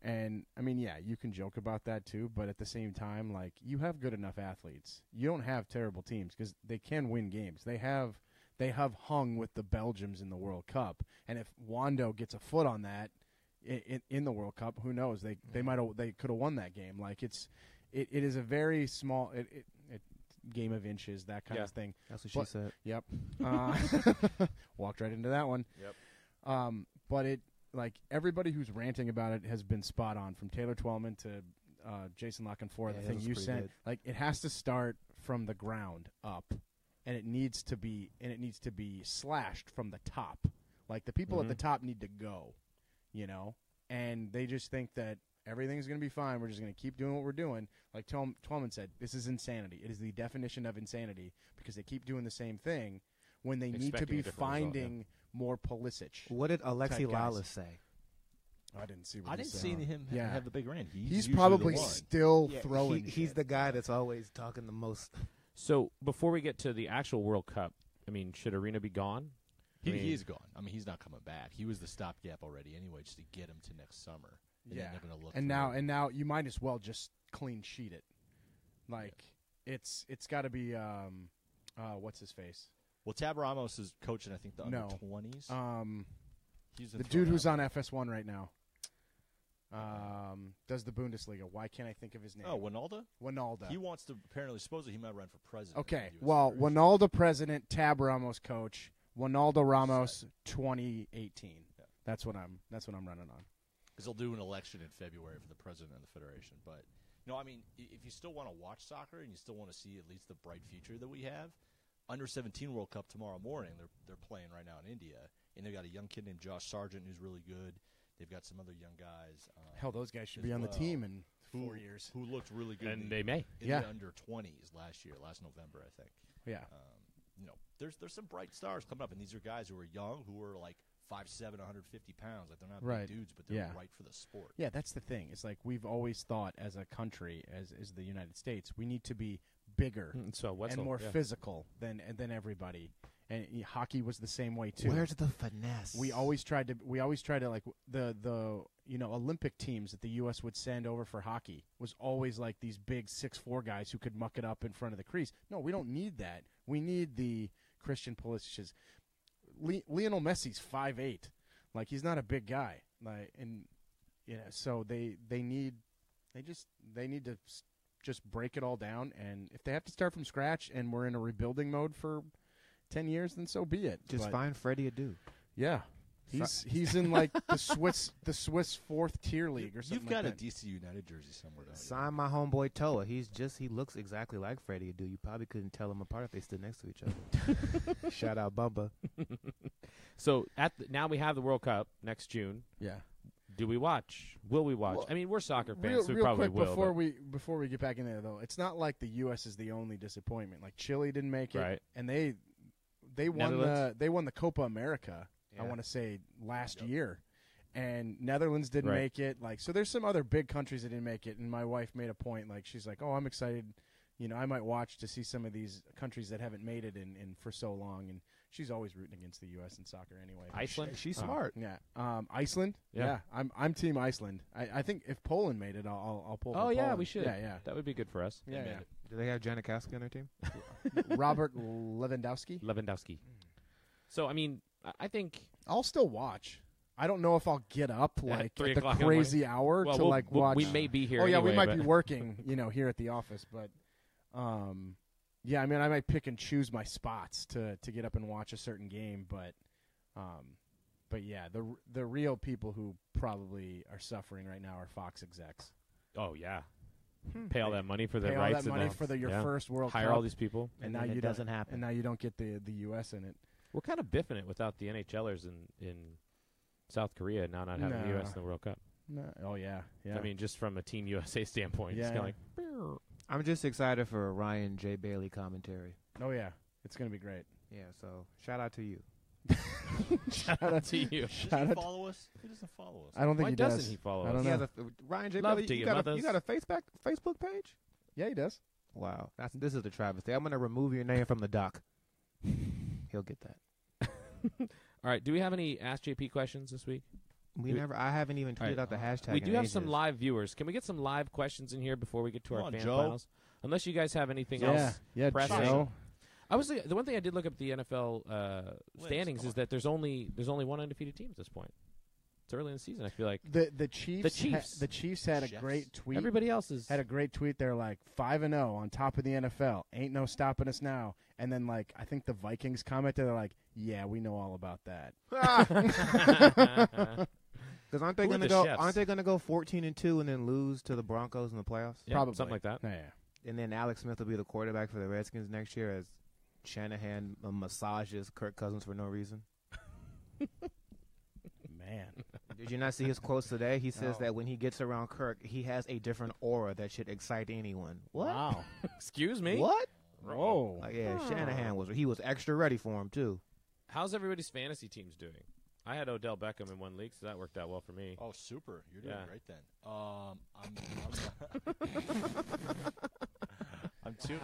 Speaker 2: And I mean, yeah, you can joke about that too, but at the same time, like you have good enough athletes. You don't have terrible teams because they can win games. They have they have hung with the Belgians in the World Cup, and if Wando gets a foot on that in, in the World Cup, who knows? They they might have they could have won that game. Like it's it, it is a very small it, it, it game of inches that kind
Speaker 1: Yeah.
Speaker 2: of thing.
Speaker 5: That's what
Speaker 2: But-
Speaker 5: she said. (laughs)
Speaker 2: Yep. Uh, (laughs) walked right into that one.
Speaker 1: Yep.
Speaker 2: Um, but it like everybody who's ranting about it has been spot on from Taylor Twelman to uh, Jason Lockenfor.
Speaker 5: Yeah,
Speaker 2: the
Speaker 5: that
Speaker 2: thing
Speaker 5: was
Speaker 2: you
Speaker 5: pretty
Speaker 2: sent,
Speaker 5: good.
Speaker 2: like it has to start from the ground up, and it needs to be and it needs to be slashed from the top. Like the people
Speaker 1: Mhm.
Speaker 2: at
Speaker 5: Mm-hmm.
Speaker 2: the top need to go, you know, and they just think that everything's going to be fine. We're just going to keep doing what we're doing. Like Twel- Twelman said, this is insanity. It is the definition of insanity because they keep doing the same thing when they need to
Speaker 1: Expecting a
Speaker 2: be
Speaker 1: different result, yeah.
Speaker 2: finding more Pulisic.
Speaker 5: What did Alexi
Speaker 2: Type guys.
Speaker 5: Lalas say?
Speaker 2: I didn't see.
Speaker 3: I
Speaker 2: What he
Speaker 3: didn't
Speaker 2: said.
Speaker 3: see him ha-
Speaker 2: Yeah.
Speaker 3: have the big rain. He's,
Speaker 2: He's
Speaker 3: usually
Speaker 2: probably
Speaker 3: the one.
Speaker 2: still throwing.
Speaker 5: he, he's
Speaker 2: shit.
Speaker 5: the guy that's always talking the most.
Speaker 1: So before we get to the actual World Cup, I mean, should Arena be gone? I
Speaker 3: He,
Speaker 1: mean-
Speaker 3: he is gone. I mean, he's not coming back. He was the stopgap already anyway, just to get him to next summer. And
Speaker 2: Yeah.
Speaker 3: then they're going to look.
Speaker 2: and
Speaker 3: for
Speaker 2: now
Speaker 3: him.
Speaker 2: and now you might as well just clean sheet it. Like it's it's got to be um, uh, what's his face?
Speaker 3: well, Tab Ramos is coaching. I think the
Speaker 2: No.
Speaker 3: under twenties.
Speaker 2: Um,
Speaker 3: He's
Speaker 2: the dude who's on FS1 right now. Um, does the Bundesliga? Why can't I think of his name?
Speaker 3: Oh, Winalda.
Speaker 2: Winalda.
Speaker 3: He wants to apparently. Supposedly, he might run for president. of the
Speaker 2: Okay.
Speaker 3: US
Speaker 2: Well,
Speaker 3: Federation.
Speaker 2: Winalda president, Tab Ramos coach, Winalda Ramos, 2018.
Speaker 3: Yeah.
Speaker 2: That's what I'm. That's what I'm running on.
Speaker 3: because they'll do an election in February for the president and the federation. But no, I mean, i- if you still want to watch soccer and you still want to see at least the bright future that we have, under seventeen World Cup tomorrow morning. They're they're playing right now in India, and they've got a young kid named Josh Sargent who's really good. They've got some other young guys. Um,
Speaker 2: Hell, those guys should
Speaker 3: as
Speaker 2: be on the
Speaker 3: well,
Speaker 2: team in
Speaker 3: who-
Speaker 2: four years.
Speaker 3: who looked really good. in
Speaker 1: And
Speaker 3: the,
Speaker 1: they may. (clears throat)
Speaker 3: in
Speaker 2: Yeah.
Speaker 3: the under twenties last year, last November, I think.
Speaker 2: (laughs) Yeah.
Speaker 3: Um, you know, there's there's some bright stars coming up, and these are guys who are young, who are like 5'7", 150 pounds. Like they're not
Speaker 2: Right.
Speaker 3: big dudes, but they're
Speaker 2: Yeah.
Speaker 3: right for the sport.
Speaker 2: Yeah, that's the thing. It's like we've always thought as a country, as is the United States, we need to be bigger
Speaker 1: So what's
Speaker 2: and more physical than than everybody. And y- hockey was the same way too.
Speaker 5: Where's the finesse?
Speaker 2: we always tried to we always tried to like the the you know Olympic teams that the U.S. would send over for hockey was always like these big six four guys who could muck it up in front of the crease. No, we don't need that. We need the Christian Pulisic's. Le- Lionel Messi's five eight, like he's not a big guy. Like and you know so they they need they just they need to s- just break it all down and if they have to start from scratch and we're in a rebuilding mode for. Ten years, then so be it.
Speaker 5: just
Speaker 2: But-
Speaker 5: find Freddie Adu.
Speaker 2: yeah. He's he's in like the Swiss the Swiss fourth tier league or
Speaker 3: You've
Speaker 2: something.
Speaker 3: got
Speaker 2: like
Speaker 3: a
Speaker 2: that.
Speaker 3: DC United jersey somewhere. Though,
Speaker 5: Sign my homeboy Toa. He's just he looks exactly like Freddie Adu. You probably couldn't tell them apart if they stood next to
Speaker 1: (laughs)
Speaker 5: each other. Shout out Bumba.
Speaker 1: So at the, now we have the World Cup next June.
Speaker 2: yeah.
Speaker 1: Do we watch? Will we watch?
Speaker 2: Well,
Speaker 1: I mean, we're soccer fans,
Speaker 2: Real,
Speaker 1: so we
Speaker 2: real
Speaker 1: probably
Speaker 2: quick
Speaker 1: will.
Speaker 2: before
Speaker 1: but-
Speaker 2: we before we get back in there though, it's not like the U.S. is the only disappointment. Like Chile didn't make it,
Speaker 1: Right.
Speaker 2: and they they won the
Speaker 1: Netherlands?
Speaker 2: they won the Copa America. I
Speaker 5: Yeah.
Speaker 2: want to say last
Speaker 3: Yep.
Speaker 2: year, and Netherlands didn't
Speaker 1: Right.
Speaker 2: make it. Like so, there's some other big countries that didn't make it. And my wife made a point. Like she's like, "Oh, I'm excited. You know, I might watch to see some of these countries that haven't made it in, in for so long." And she's always rooting against the U.S. in soccer anyway.
Speaker 1: Iceland.
Speaker 5: She's
Speaker 2: Um,
Speaker 5: smart.
Speaker 2: yeah. Um, Iceland.
Speaker 1: Yeah.
Speaker 2: I'm I'm team Iceland. I, I think if Poland made it, I'll I'll, I'll pull.
Speaker 1: Oh
Speaker 2: for
Speaker 1: yeah,
Speaker 2: Poland.
Speaker 1: we should.
Speaker 2: Yeah, yeah.
Speaker 1: That would be good for us.
Speaker 2: Yeah, yeah.
Speaker 5: Do they have Janikowski on their team?
Speaker 2: Robert Lewandowski.
Speaker 1: Lewandowski. So I mean, I- I think
Speaker 2: I'll still watch. I don't know if I'll get up like
Speaker 1: three
Speaker 2: at the
Speaker 1: o'clock in the morning?
Speaker 2: crazy hour
Speaker 1: well,
Speaker 2: to
Speaker 1: we'll-
Speaker 2: like
Speaker 1: we'll-
Speaker 2: watch.
Speaker 1: we may be here.
Speaker 2: oh yeah, we
Speaker 1: anyway,
Speaker 2: might
Speaker 1: but-
Speaker 2: be working, (laughs) you know, here at the office, but um yeah, I mean I might pick and choose my spots to to get up and watch a certain game, but um but yeah, the r- the real people who probably are suffering right now are Fox execs.
Speaker 1: Oh yeah. Pay all that money for the
Speaker 2: Pay all
Speaker 1: rights
Speaker 2: that
Speaker 1: and
Speaker 2: money
Speaker 1: the-
Speaker 2: for the, your
Speaker 1: yeah.
Speaker 2: first World
Speaker 1: hire
Speaker 2: Cup,
Speaker 1: all these people.
Speaker 2: and,
Speaker 5: And
Speaker 2: now
Speaker 5: then
Speaker 2: you
Speaker 5: it
Speaker 2: don't-
Speaker 5: doesn't happen.
Speaker 2: And now you don't get the the U.S. in it.
Speaker 1: We're kind of biffing it without the NHLers in in South Korea now not having the U.S. in
Speaker 2: Nah.
Speaker 1: the World Cup.
Speaker 2: No. Oh yeah, yeah.
Speaker 1: I mean, just from a (laughs) Team USA standpoint, it's
Speaker 2: Yeah,
Speaker 1: kind of
Speaker 2: yeah.
Speaker 1: like. "Beer."
Speaker 5: I'm just excited for a Ryan J. Bailey commentary.
Speaker 2: oh yeah, it's gonna be
Speaker 1: (laughs)
Speaker 2: great. (laughs)
Speaker 5: Yeah, so shout out to you.
Speaker 2: Shout out
Speaker 1: to you.
Speaker 3: Does
Speaker 2: Shout
Speaker 3: he
Speaker 2: out.
Speaker 3: follow us? He doesn't follow us.
Speaker 2: I don't think
Speaker 1: Why
Speaker 2: he
Speaker 1: doesn't
Speaker 2: does.
Speaker 1: he follow
Speaker 2: I
Speaker 1: us?
Speaker 2: don't
Speaker 5: He
Speaker 2: know.
Speaker 5: has a, Ryan J.
Speaker 1: Love
Speaker 5: Bailey,
Speaker 1: to
Speaker 5: you
Speaker 1: your
Speaker 5: got, a,
Speaker 1: mothers.
Speaker 5: you got a Facebook Facebook page?
Speaker 2: Yeah, he does.
Speaker 5: Wow, that's this is the travesty. I'm gonna remove your name from
Speaker 1: (laughs)
Speaker 5: the doc. He'll get that.
Speaker 1: All right. Do we have any Ask JP questions this week?
Speaker 5: We
Speaker 1: We-
Speaker 5: never. I haven't even
Speaker 1: All right,
Speaker 5: tweeted out the hashtag.
Speaker 1: we
Speaker 5: in
Speaker 1: do have some (laughs)
Speaker 5: ages. (laughs)
Speaker 1: live viewers. Can we get some live questions in here before we get to
Speaker 3: Come
Speaker 1: our
Speaker 3: on,
Speaker 1: fan
Speaker 3: Joe.
Speaker 1: finals? Unless you guys have anything
Speaker 2: Yeah,
Speaker 1: else.
Speaker 2: yeah,
Speaker 1: pressing.
Speaker 2: Joe.
Speaker 1: I was the one thing I did look up the NFL uh, standings
Speaker 3: come
Speaker 1: is
Speaker 3: on.
Speaker 1: that there's only there's only one undefeated team at this point. It's early in the season. I feel like
Speaker 2: The the Chiefs. ha-
Speaker 1: Chiefs.
Speaker 2: the Chiefs had a
Speaker 3: Chefs.
Speaker 2: great tweet.
Speaker 1: everybody else is (laughs)
Speaker 2: had a (laughs) great tweet. They're like five and zero on top of the NFL. Ain't no stopping us now. And then like I think the Vikings commented, they're like, yeah, we know all about that.
Speaker 1: yeah,
Speaker 5: Because aren't they
Speaker 1: Who are
Speaker 5: going
Speaker 1: the
Speaker 5: to go?
Speaker 1: chefs?
Speaker 5: Aren't they going to go fourteen and two and then lose to the Broncos in the playoffs?
Speaker 2: Probably.
Speaker 1: something like that.
Speaker 2: Yeah,
Speaker 5: And then Alex Smith will be the quarterback for the Redskins next year as Shanahan uh, massages Kirk Cousins for no reason.
Speaker 2: man.
Speaker 5: Did you not see his quotes today? He says
Speaker 2: No.
Speaker 5: that when he gets around Kirk, he has a different aura that should excite anyone. What?
Speaker 2: Wow.
Speaker 1: Excuse me.
Speaker 5: What?
Speaker 2: Whoa.
Speaker 5: Like, yeah, Shanahan was. He was extra ready for him too.
Speaker 1: How's everybody's fantasy teams doing? I had Odell Beckham in one league, so that worked out well for me.
Speaker 3: Oh, super! You're doing
Speaker 1: Yeah.
Speaker 3: great then. Um, I'm I'm,
Speaker 2: (laughs)
Speaker 3: I'm two.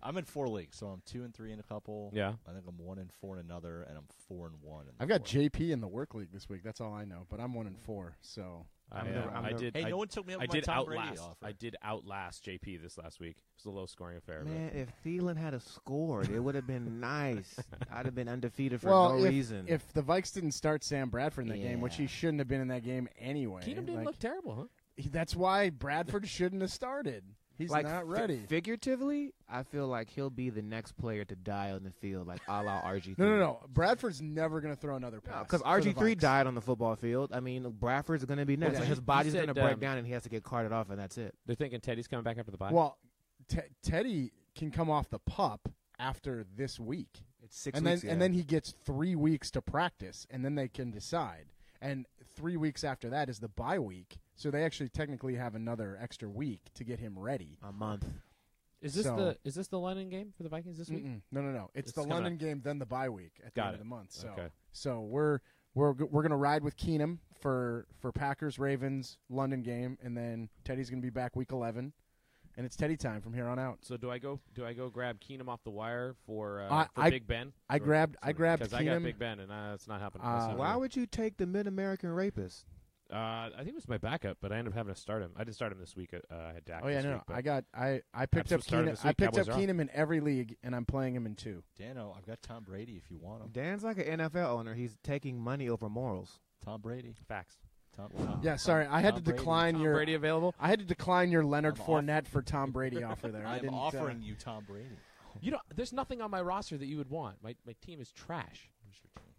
Speaker 3: I'm in four leagues, so I'm two and three in a couple.
Speaker 1: Yeah.
Speaker 3: I think I'm one and four in another, and I'm four and one. In the
Speaker 2: I've got
Speaker 3: fourth.
Speaker 2: JP in the work league this week. That's all I know. But I'm one and four. So
Speaker 1: I,
Speaker 5: I'm
Speaker 1: uh,
Speaker 5: never- I'm
Speaker 1: I
Speaker 5: never-
Speaker 1: did.
Speaker 3: Hey,
Speaker 1: I,
Speaker 3: no one took me up
Speaker 1: I
Speaker 3: with my
Speaker 1: did
Speaker 3: Tom Brady
Speaker 1: outlast.
Speaker 3: offer.
Speaker 1: I did outlast JP this last week. It was a low scoring affair. but-
Speaker 5: Man, if Thielen had a scored, it would have been (laughs) nice. I'd have been undefeated for
Speaker 2: well,
Speaker 5: no
Speaker 2: if,
Speaker 5: reason.
Speaker 2: if the Vikes didn't start Sam Bradford in that game, which he
Speaker 5: Yeah.
Speaker 2: shouldn't have been in that game anyway.
Speaker 1: Keenum didn't
Speaker 2: like,
Speaker 1: look terrible, huh?
Speaker 2: he- that's why Bradford shouldn't have started. He's
Speaker 5: like
Speaker 2: not
Speaker 5: fi-
Speaker 2: ready.
Speaker 5: figuratively, I feel like he'll be the next player to die on the field, like a la RG.
Speaker 2: (laughs) no, no, no. Bradford's never going to throw another pass
Speaker 5: Because
Speaker 2: for the
Speaker 5: RG three
Speaker 2: Vikes.
Speaker 5: died on the football field. I mean, Bradford's going to be next.
Speaker 2: Yeah,
Speaker 5: Like,
Speaker 2: he-
Speaker 5: his body's
Speaker 1: he
Speaker 5: going to
Speaker 1: said,
Speaker 5: break
Speaker 1: um,
Speaker 5: down, and he has to get carted off, and that's it.
Speaker 1: They're thinking Teddy's coming back after the bye.
Speaker 2: Well, Te Teddy can come off the pup after this week,
Speaker 5: It's six
Speaker 2: and then and then he gets three weeks to practice, and then they can decide. And three weeks after that is the bye week, so they actually technically have another extra week to get him ready.
Speaker 5: a month.
Speaker 1: is this
Speaker 2: so-
Speaker 1: the is this the London game for the Vikings this week?
Speaker 2: Mm-mm. No, no, no. It's,
Speaker 1: It's
Speaker 2: the
Speaker 1: coming
Speaker 2: London game, then the bye week at the
Speaker 1: Got
Speaker 2: end
Speaker 1: it.
Speaker 2: of the month. So,
Speaker 1: Okay.
Speaker 2: so we're we're g- we're gonna ride with Keenum for for Packers Ravens London game, and then Teddy's gonna be back week eleven, and it's Teddy time from here on out.
Speaker 1: So do I go? Do I go grab Keenum off the wire for, uh,
Speaker 2: I-
Speaker 1: for
Speaker 2: I-
Speaker 1: Big Ben?
Speaker 2: I grabbed I grabbed
Speaker 1: because I got
Speaker 2: Keenum.
Speaker 1: Big Ben, and uh, it's not happening.
Speaker 2: Uh,
Speaker 1: That's not
Speaker 5: Why
Speaker 1: happening.
Speaker 5: would you take the mid American rapist?
Speaker 1: Uh, I think it was my backup, but I ended up having to start him. I didn't start him this week. Uh, I had Dak.
Speaker 2: Oh yeah,
Speaker 1: this
Speaker 2: no,
Speaker 1: week, but-
Speaker 2: I got I I picked
Speaker 1: Caps
Speaker 2: up
Speaker 1: will start him
Speaker 2: Keenum.
Speaker 1: this
Speaker 2: I
Speaker 1: week.
Speaker 2: picked up
Speaker 1: Cowboys are
Speaker 2: Keenum in every league, and I'm playing him in two.
Speaker 3: Dano. I've got Tom Brady. If you want him,
Speaker 5: Dan's like an NFL owner. He's taking money over morals.
Speaker 3: Tom Brady.
Speaker 1: facts.
Speaker 3: Tom, Tom,
Speaker 2: Yeah,
Speaker 3: Tom-
Speaker 2: sorry, I had
Speaker 3: Tom
Speaker 2: to
Speaker 3: Brady.
Speaker 2: decline
Speaker 1: Tom
Speaker 2: your
Speaker 1: Brady
Speaker 2: (laughs)
Speaker 1: available?
Speaker 2: I had to decline your Leonard
Speaker 3: I'm off-
Speaker 2: Fournette for Tom
Speaker 1: (laughs)
Speaker 2: Brady offer there. I
Speaker 3: I'm
Speaker 2: didn't uh,
Speaker 3: offering you Tom Brady.
Speaker 1: You know, there's nothing on my roster that you would want. My my team is trash.
Speaker 3: Who's your team?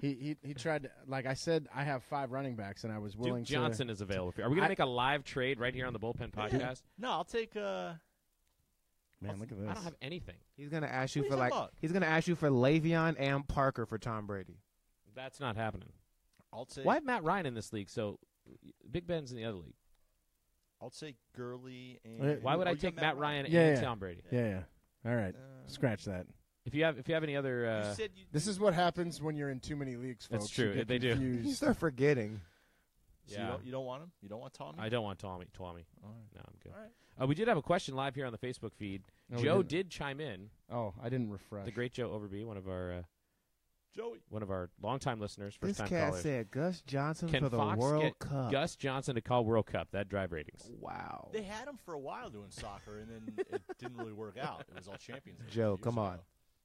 Speaker 2: he, he he tried to, like I said I have five running backs and I was willing
Speaker 1: Duke Johnson is available. Are we going
Speaker 2: I-
Speaker 1: to make a live trade right here on the bullpen podcast?
Speaker 3: No, I'll take. Uh,
Speaker 2: to Man, look at this.
Speaker 1: I don't have anything.
Speaker 5: He's going to ask you
Speaker 3: What are
Speaker 5: for
Speaker 3: you
Speaker 5: like
Speaker 3: talking about?
Speaker 5: he's going to ask you for Le'Veon and Parker for Tom Brady.
Speaker 1: That's not happening.
Speaker 3: I'll take.
Speaker 1: Why have Matt Ryan in this league? So Big Ben's in the other league.
Speaker 3: I'll take Gurley.
Speaker 2: Uh,
Speaker 3: And
Speaker 1: Why would
Speaker 3: Oh,
Speaker 1: I
Speaker 3: you got
Speaker 1: take Matt Ryan
Speaker 2: Yeah,
Speaker 1: and
Speaker 2: yeah.
Speaker 1: Tom Brady?
Speaker 2: yeah, yeah. All right.
Speaker 3: Uh,
Speaker 2: Scratch that.
Speaker 1: If you have if you have any other
Speaker 3: you
Speaker 1: uh,
Speaker 3: said you,
Speaker 2: This is what happens when you're in too many leagues, folks.
Speaker 1: That's true.
Speaker 2: You get
Speaker 1: They do. (laughs)
Speaker 2: confused.
Speaker 5: You start forgetting.
Speaker 3: so
Speaker 1: Yeah.
Speaker 3: you, don't, you don't want him. You don't want Tommy.
Speaker 1: I don't want Tommy. Tommy.
Speaker 3: All right.
Speaker 1: No, I'm good.
Speaker 3: All right.
Speaker 1: Uh, we did have a question live here on the Facebook feed.
Speaker 2: No, we
Speaker 1: Joe
Speaker 2: didn't.
Speaker 1: did chime in.
Speaker 2: Oh, I didn't refresh.
Speaker 1: The great Joe Overby, one of our uh,
Speaker 3: Joey.
Speaker 1: one of our longtime listeners, first
Speaker 5: This
Speaker 1: time
Speaker 5: cat
Speaker 1: callers.
Speaker 5: said Gus Johnson
Speaker 1: Can
Speaker 5: for the
Speaker 1: Fox
Speaker 5: World
Speaker 1: get
Speaker 5: Cup.
Speaker 1: Gus Johnson to call World Cup? That drive ratings.
Speaker 5: Wow.
Speaker 1: Oh.
Speaker 3: They had him for a while doing soccer, and then it
Speaker 1: (laughs)
Speaker 3: didn't really work out. It was all Champions. League
Speaker 5: Joe,
Speaker 3: years
Speaker 5: come
Speaker 3: ago.
Speaker 5: on.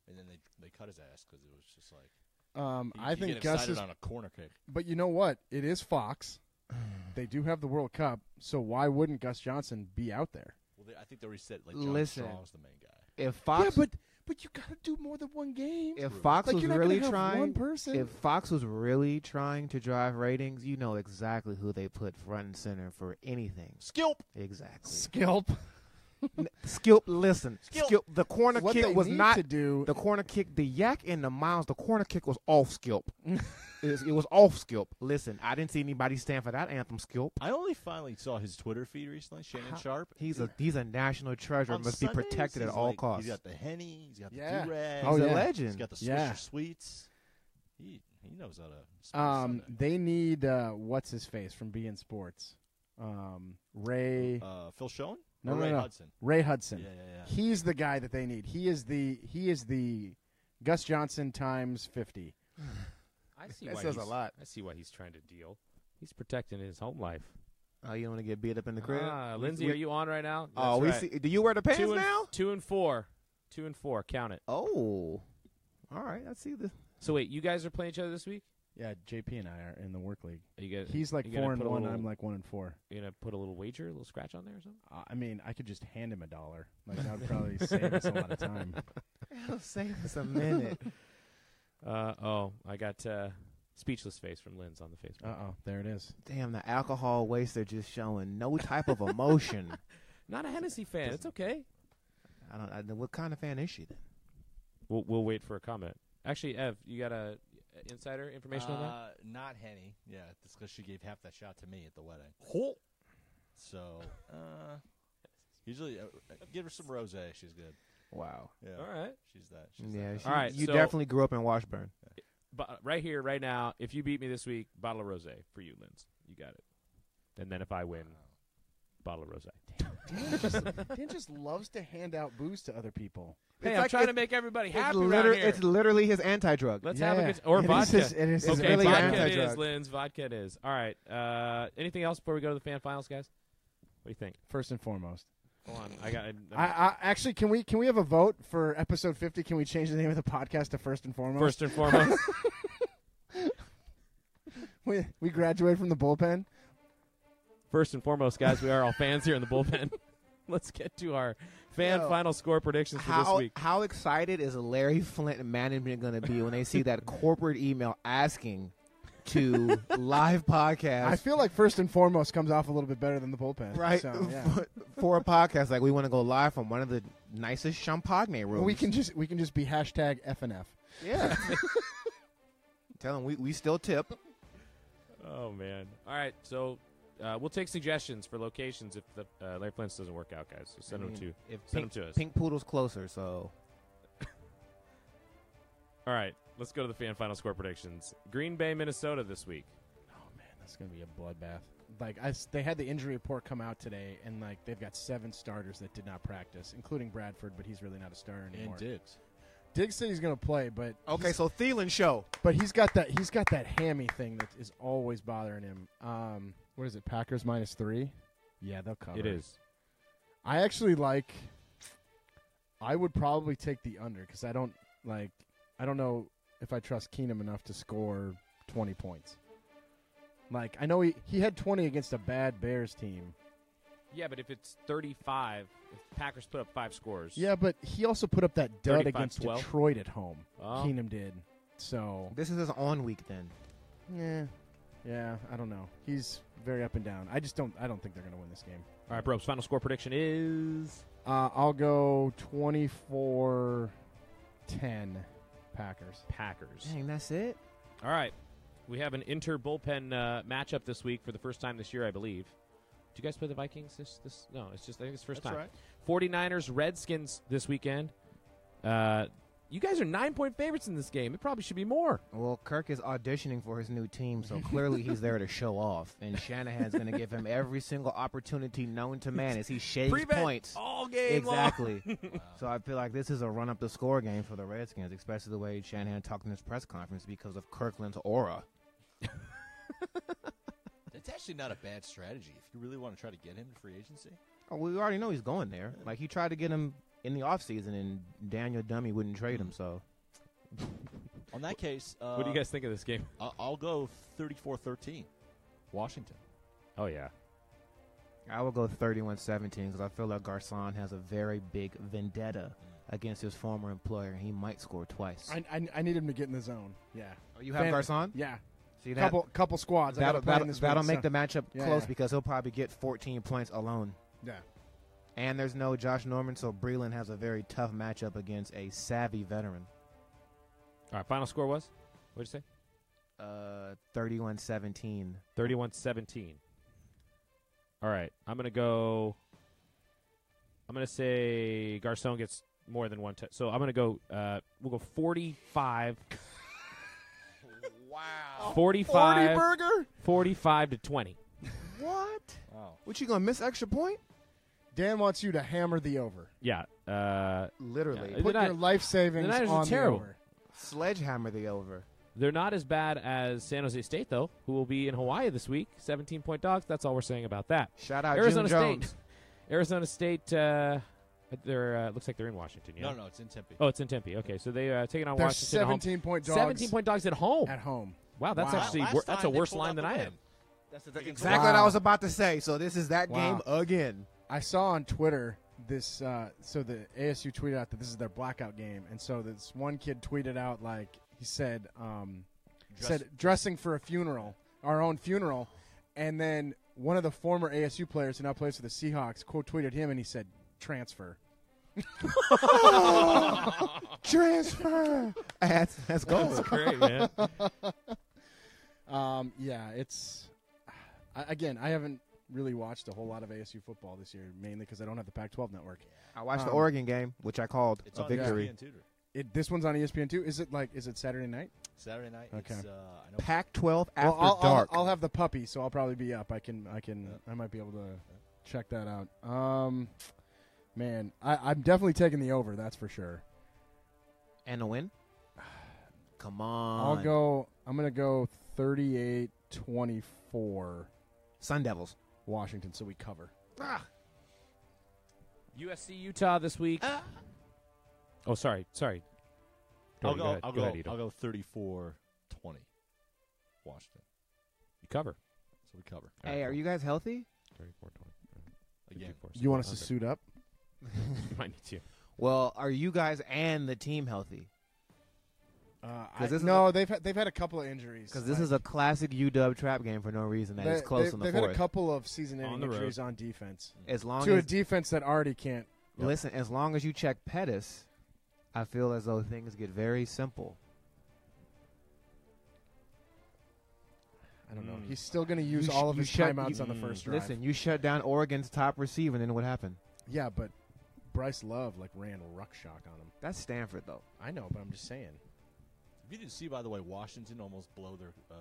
Speaker 3: And then they they cut his ass because it was just like
Speaker 2: um,
Speaker 3: he-
Speaker 2: I
Speaker 3: you
Speaker 2: think
Speaker 3: get
Speaker 2: Gus
Speaker 3: excited
Speaker 2: is
Speaker 3: on a corner kick.
Speaker 2: But you know what? It is Fox. They do have the World Cup, so why wouldn't Gus Johnson be out there?
Speaker 3: Well, they, I think they already said like John
Speaker 5: Listen.
Speaker 3: Strong's the main guy.
Speaker 5: If Fox
Speaker 2: but but you got to do more than one game.
Speaker 5: if Fox
Speaker 2: like
Speaker 5: was
Speaker 2: you're not
Speaker 5: really
Speaker 2: gonna have
Speaker 5: trying
Speaker 2: one person.
Speaker 5: if Fox was really trying to drive ratings, you know exactly who they put front and center for anything.
Speaker 3: Skilp.
Speaker 5: Exactly.
Speaker 2: Skilp.
Speaker 5: Skilp, listen.
Speaker 3: Skilp.
Speaker 5: Skilp, the corner
Speaker 2: What
Speaker 5: kick
Speaker 2: they
Speaker 5: was
Speaker 2: need
Speaker 5: not
Speaker 2: to do.
Speaker 5: the corner kick, the yak and the miles, the corner kick was off Skilp. (laughs) it, was, it was off Skilp. Listen, I didn't see anybody stand for that anthem Skilp.
Speaker 3: I only finally saw his Twitter feed recently. Shannon
Speaker 5: How-
Speaker 3: Sharp.
Speaker 5: He's a he's a national treasure.
Speaker 3: On
Speaker 5: must be
Speaker 3: Sundays,
Speaker 5: protected at
Speaker 3: he's
Speaker 5: all
Speaker 3: like-
Speaker 5: costs.
Speaker 3: He's got the henny. He's got the
Speaker 2: Yeah.
Speaker 3: do-rag.
Speaker 2: Oh,
Speaker 5: He's
Speaker 2: yeah.
Speaker 5: a
Speaker 3: He's
Speaker 5: legend.
Speaker 3: got the Swisher
Speaker 2: Yeah.
Speaker 3: sweets. He he knows how to. spend
Speaker 2: um,
Speaker 3: Sunday.
Speaker 2: they need uh, what's his face from Bein Sports, um, Ray
Speaker 3: uh, Phil Schoen.
Speaker 2: No,
Speaker 3: Or
Speaker 2: no,
Speaker 3: Ray
Speaker 2: no.
Speaker 3: Hudson.
Speaker 2: Ray Hudson.
Speaker 3: Yeah, yeah, yeah.
Speaker 2: He's the guy that they need. He is the he is the Gus Johnson times fifty.
Speaker 1: I see
Speaker 4: That
Speaker 1: why
Speaker 4: says a
Speaker 1: he's-
Speaker 4: lot.
Speaker 1: I see why he's trying to deal. He's protecting his home life.
Speaker 5: Oh, you don't want to get beat up in the crib.
Speaker 1: Ah, Lindsay, are you on right now?
Speaker 5: oh, we
Speaker 1: That's right.
Speaker 5: see. Do you wear the pants
Speaker 1: two and,
Speaker 5: now?
Speaker 1: Two and four. Two and four. Count it.
Speaker 5: Oh, all right. I see the. (laughs)
Speaker 1: So wait, you guys are playing each other this week?
Speaker 2: Yeah, JP and I are in the work league.
Speaker 1: Are you guys,
Speaker 2: He's like
Speaker 1: you gotta
Speaker 2: four and
Speaker 1: put a
Speaker 2: one.
Speaker 1: little-
Speaker 2: I'm like one and four. Uh,
Speaker 1: you gonna put a little wager, a little scratch on there or something?
Speaker 2: I- I mean, I could just hand him a dollar. Like that would probably (laughs) save us a lot of time.
Speaker 5: It'll save us
Speaker 1: (laughs)
Speaker 5: a minute.
Speaker 1: Uh oh, I got uh, speechless face from Lynn's on the Facebook.
Speaker 2: Uh oh, there it is.
Speaker 5: Damn, the alcohol waster just showing no type of emotion.
Speaker 1: (laughs) Not a Hennessy fan. It's okay.
Speaker 5: I don't. I, don't- what kind of fan is she then?
Speaker 1: We'll we'll wait for a comment. Actually, Ev, you got a uh, insider information on that?
Speaker 3: Uh, Not Henny. Yeah, that's because she gave half that shot to me at the wedding. So, uh, usually, uh, uh, give her some rose. She's good.
Speaker 5: Wow.
Speaker 3: Yeah,
Speaker 1: All right.
Speaker 3: she's that. She's
Speaker 5: Yeah.
Speaker 3: That.
Speaker 5: She,
Speaker 1: All right,
Speaker 5: You
Speaker 1: so-
Speaker 5: definitely grew up in Washburn.
Speaker 1: But right here, right now, if you beat me this week, bottle of rosé for you, Linz. You got it. And then if I win, bottle of rosé.
Speaker 2: Dan (laughs) just, Dan just loves to hand out booze to other people.
Speaker 1: Hey,
Speaker 5: It's
Speaker 1: I'm
Speaker 5: like-
Speaker 1: trying to
Speaker 5: it's-
Speaker 1: make everybody
Speaker 5: It's,
Speaker 1: happy
Speaker 5: liter-
Speaker 1: right here.
Speaker 5: it's literally his anti-drug.
Speaker 1: Let's have a good or
Speaker 2: It is
Speaker 1: vodka.
Speaker 2: his- it is his
Speaker 5: It's
Speaker 1: okay,
Speaker 5: really
Speaker 1: vodka it
Speaker 5: anti-drug.
Speaker 1: is, Linz. Vodka it is. All right. Uh, anything else before we go to the fan finals, guys? What do you think?
Speaker 2: First and foremost,
Speaker 1: Hold on. I got.
Speaker 2: I, I actually can we can we have a vote for episode fifty? Can we change the name of the podcast to First and Foremost?
Speaker 1: first and foremost.
Speaker 2: we we graduate from the bullpen.
Speaker 1: First and foremost, guys, we are all fans here in the bullpen. (laughs) Let's get to our fan
Speaker 5: Yo.
Speaker 1: final score predictions for this
Speaker 5: How
Speaker 1: week.
Speaker 5: how excited is Larry Flint management going to be when they
Speaker 1: (laughs)
Speaker 5: see that corporate email asking to live podcast?
Speaker 2: I feel like First and Foremost comes off a little bit better than the bullpen. (laughs)
Speaker 5: right
Speaker 2: So, yeah.
Speaker 5: (laughs) for a podcast like we want to go live from one of the nicest champagne rooms.
Speaker 2: we can just we can just be hashtag FNF.
Speaker 5: yeah. (laughs) Tell them we, we still tip.
Speaker 1: Oh man! All right, so uh, we'll take suggestions for locations if the uh, Larry Flint's doesn't work out, guys. So send
Speaker 5: I
Speaker 1: them
Speaker 5: mean,
Speaker 1: to
Speaker 5: if
Speaker 1: send
Speaker 5: pink,
Speaker 1: them to us.
Speaker 5: Pink Poodle's closer, so
Speaker 1: All right, let's go to the fan final score predictions. Green Bay, Minnesota this week.
Speaker 2: Oh man, that's gonna be a bloodbath. Like I s they had the injury report come out today, and like they've got seven starters that did not practice, including Bradford, but he's really not a starter anymore.
Speaker 3: And Diggs.
Speaker 2: Diggs said he's gonna play, but he's-
Speaker 5: so Thielen show.
Speaker 2: but he's got that he's got that hammy thing that is always bothering him. Um, what is it? Packers minus three. Yeah, they'll cover.
Speaker 1: It is.
Speaker 2: I actually like. I would probably take the under because I don't like. I don't know if I trust Keenum enough to score twenty points. Like I know he he had twenty against a bad Bears team.
Speaker 1: Yeah, but if it's thirty-five, if Packers put up five scores.
Speaker 2: Yeah, but he also put up that dud
Speaker 1: 35,
Speaker 2: against
Speaker 1: 12.
Speaker 2: Detroit at home.
Speaker 1: Oh.
Speaker 2: Keenum did. So
Speaker 5: This is his on week then.
Speaker 2: yeah, yeah. I don't know. He's very up and down. I just don't. I don't think they're going to win this game.
Speaker 1: All right, Brobes. Final score prediction is
Speaker 2: Uh, I'll go 24 10 Packers.
Speaker 1: Packers.
Speaker 5: Dang, that's it.
Speaker 1: All right. We have an inter bullpen uh, matchup this week for the first time this year, I believe. Do you guys play the Vikings this? this no, it's just I think it's the first
Speaker 3: That's
Speaker 1: time.
Speaker 3: right.
Speaker 1: 49ers Redskins this weekend. Uh, you guys are nine point favorites in this game. It probably should be more.
Speaker 5: Well, Kirk is auditioning for his new team, so clearly he's there to show off. And Shanahan's going to give him every single opportunity known to man as he shaves
Speaker 1: Prevent
Speaker 5: points.
Speaker 1: all game
Speaker 5: Exactly. (laughs) So I feel like this is a run up the score game for the Redskins, especially the way Shanahan talked in his press conference because of Kirkland's aura.
Speaker 3: That's actually not a bad strategy if you really want to try to get him to free agency.
Speaker 5: Oh, we already know he's going there. Like he tried to get him in the offseason and Daniel Dummy wouldn't trade him, so
Speaker 3: On that case, uh,
Speaker 1: Long. What do you guys think of this game? (laughs)
Speaker 3: I- I'll go 34-13. Washington.
Speaker 1: Oh yeah,
Speaker 5: I will go 31-17 because I feel like Garcon has a very big vendetta against his former employer. He might score twice.
Speaker 2: I, I, I need him to get in the zone. Yeah.
Speaker 5: Oh, you have
Speaker 2: Fan-
Speaker 5: Garcon?
Speaker 2: Yeah.
Speaker 5: So you'd have-
Speaker 2: Couple couple squads. I
Speaker 5: that'll,
Speaker 2: gotta play
Speaker 5: that'll,
Speaker 2: in this
Speaker 5: that'll
Speaker 2: one,
Speaker 5: make
Speaker 2: so-
Speaker 5: the matchup
Speaker 2: Yeah,
Speaker 5: close
Speaker 2: yeah.
Speaker 5: because he'll probably get 14 points alone.
Speaker 2: Yeah.
Speaker 5: And there's no Josh Norman, so Breland has a very tough matchup against a savvy veteran.
Speaker 1: All right. Final score was what did you say?
Speaker 5: Uh, 31-17.
Speaker 1: 31-17. All right. I'm gonna go. I'm gonna say Garcon gets more than one. T- so I'm gonna go. Uh, we'll go
Speaker 5: (laughs)
Speaker 1: 45. wow. 45.
Speaker 5: burger?
Speaker 1: 45 to 20.
Speaker 5: What?
Speaker 3: Wow.
Speaker 5: What you gonna miss extra point?
Speaker 2: Dan wants you to hammer the over.
Speaker 1: Yeah. Uh,
Speaker 5: Literally,
Speaker 1: Yeah. The
Speaker 2: Put
Speaker 1: Ni-
Speaker 2: your life savings
Speaker 1: the Niners are
Speaker 2: on the
Speaker 1: terrible.
Speaker 2: over.
Speaker 5: sledgehammer the over.
Speaker 1: they're not as bad as San Jose State, though, who will be in Hawaii this week. 17 point dogs. That's all we're saying about that.
Speaker 5: Shout out
Speaker 1: Arizona
Speaker 5: June
Speaker 1: State.
Speaker 5: Jones.
Speaker 1: Arizona State. Uh, they're uh, looks like they're in Washington. Yeah.
Speaker 3: No, no, it's in Tempe.
Speaker 1: Oh, it's in Tempe. Okay, so they uh, taking on
Speaker 2: They're
Speaker 1: Washington. at home.
Speaker 2: 17 point dogs
Speaker 1: 17 point dogs at home.
Speaker 2: at home.
Speaker 1: Wow, that's
Speaker 2: Wow.
Speaker 1: actually wor- that's a worse line than I am.
Speaker 5: That's the- exactly
Speaker 2: Wow.
Speaker 5: what I was about to say. So this is that
Speaker 2: Wow.
Speaker 5: game
Speaker 2: (laughs)
Speaker 5: again.
Speaker 2: I saw on Twitter this. Uh, so the ASU tweeted out that this is their blackout game, and so this one kid tweeted out like he said, um, said dressing for a funeral, our own funeral, and then one of the former ASU players who now plays for the Seahawks quote tweeted him and he said transfer.
Speaker 5: Transfer. (laughs) that's that's gold.
Speaker 1: Great, man. (laughs)
Speaker 2: Um, yeah, it's I, again I haven't really watched a whole lot of ASU football this year, mainly because I don't have the Pac-12 network.
Speaker 5: I watched the
Speaker 2: Um,
Speaker 5: Oregon game, which I called
Speaker 3: It's
Speaker 5: a
Speaker 3: on
Speaker 2: E
Speaker 5: victory.
Speaker 3: ESPN Tutor.
Speaker 2: It, this one's on E ESPN two. Is it like is it Saturday night?
Speaker 3: Saturday night.
Speaker 2: Okay.
Speaker 3: It's, uh, I know
Speaker 5: Pac-12 after
Speaker 2: well, I'll, I'll-
Speaker 5: dark.
Speaker 2: I'll, have the puppy, so I'll probably be up. I can, I can, I might be able to check that out. Um, man, I, I'm definitely taking the over. That's for sure.
Speaker 5: and a win. Come on,
Speaker 2: I'll go. I'm gonna go 38-24
Speaker 5: Sun Devils.
Speaker 2: Washington, so we cover.
Speaker 1: USC Utah this week.
Speaker 3: Uh.
Speaker 1: oh, sorry, sorry.
Speaker 3: I'll
Speaker 1: Tony,
Speaker 3: go.
Speaker 1: ahead.
Speaker 3: I'll
Speaker 1: ahead,
Speaker 3: go.
Speaker 1: Ito.
Speaker 3: I'll go 34 20. Washington.
Speaker 1: You cover.
Speaker 3: So we cover.
Speaker 5: Hey, are you guys healthy?
Speaker 1: 34 20.
Speaker 3: Again.
Speaker 2: You want us to
Speaker 1: (laughs)
Speaker 2: suit up?
Speaker 1: Might need to.
Speaker 5: Well, are you guys and the team healthy?
Speaker 2: Uh,
Speaker 5: 'Cause this is
Speaker 2: no, they've had, they've had a couple of injuries.
Speaker 5: Because this is a classic UW trap game for no reason. That is
Speaker 2: They-
Speaker 5: close
Speaker 2: they've,
Speaker 5: in the
Speaker 2: they've had a
Speaker 5: fourth.
Speaker 2: couple of season-ending
Speaker 1: On the road.
Speaker 2: injuries on defense
Speaker 5: As long
Speaker 2: to a
Speaker 5: as
Speaker 2: defense that already can't.
Speaker 1: Yep.
Speaker 5: Listen, as long as you check Pettis, I feel as though things get very simple.
Speaker 2: I don't know.
Speaker 1: Mm.
Speaker 2: He's still going to use
Speaker 5: You sh-
Speaker 2: all of
Speaker 5: you
Speaker 2: his
Speaker 5: shut-
Speaker 2: timeouts
Speaker 5: you-
Speaker 2: on the
Speaker 3: Mm.
Speaker 2: first drive.
Speaker 5: Listen, you shut down Oregon's top receiver, and then what happened?
Speaker 2: Yeah, but Bryce Love like ran ruckshock on him.
Speaker 5: That's Stanford, though.
Speaker 2: I know, but I'm just saying.
Speaker 3: If you didn't see, by the way, Washington almost blow their uh,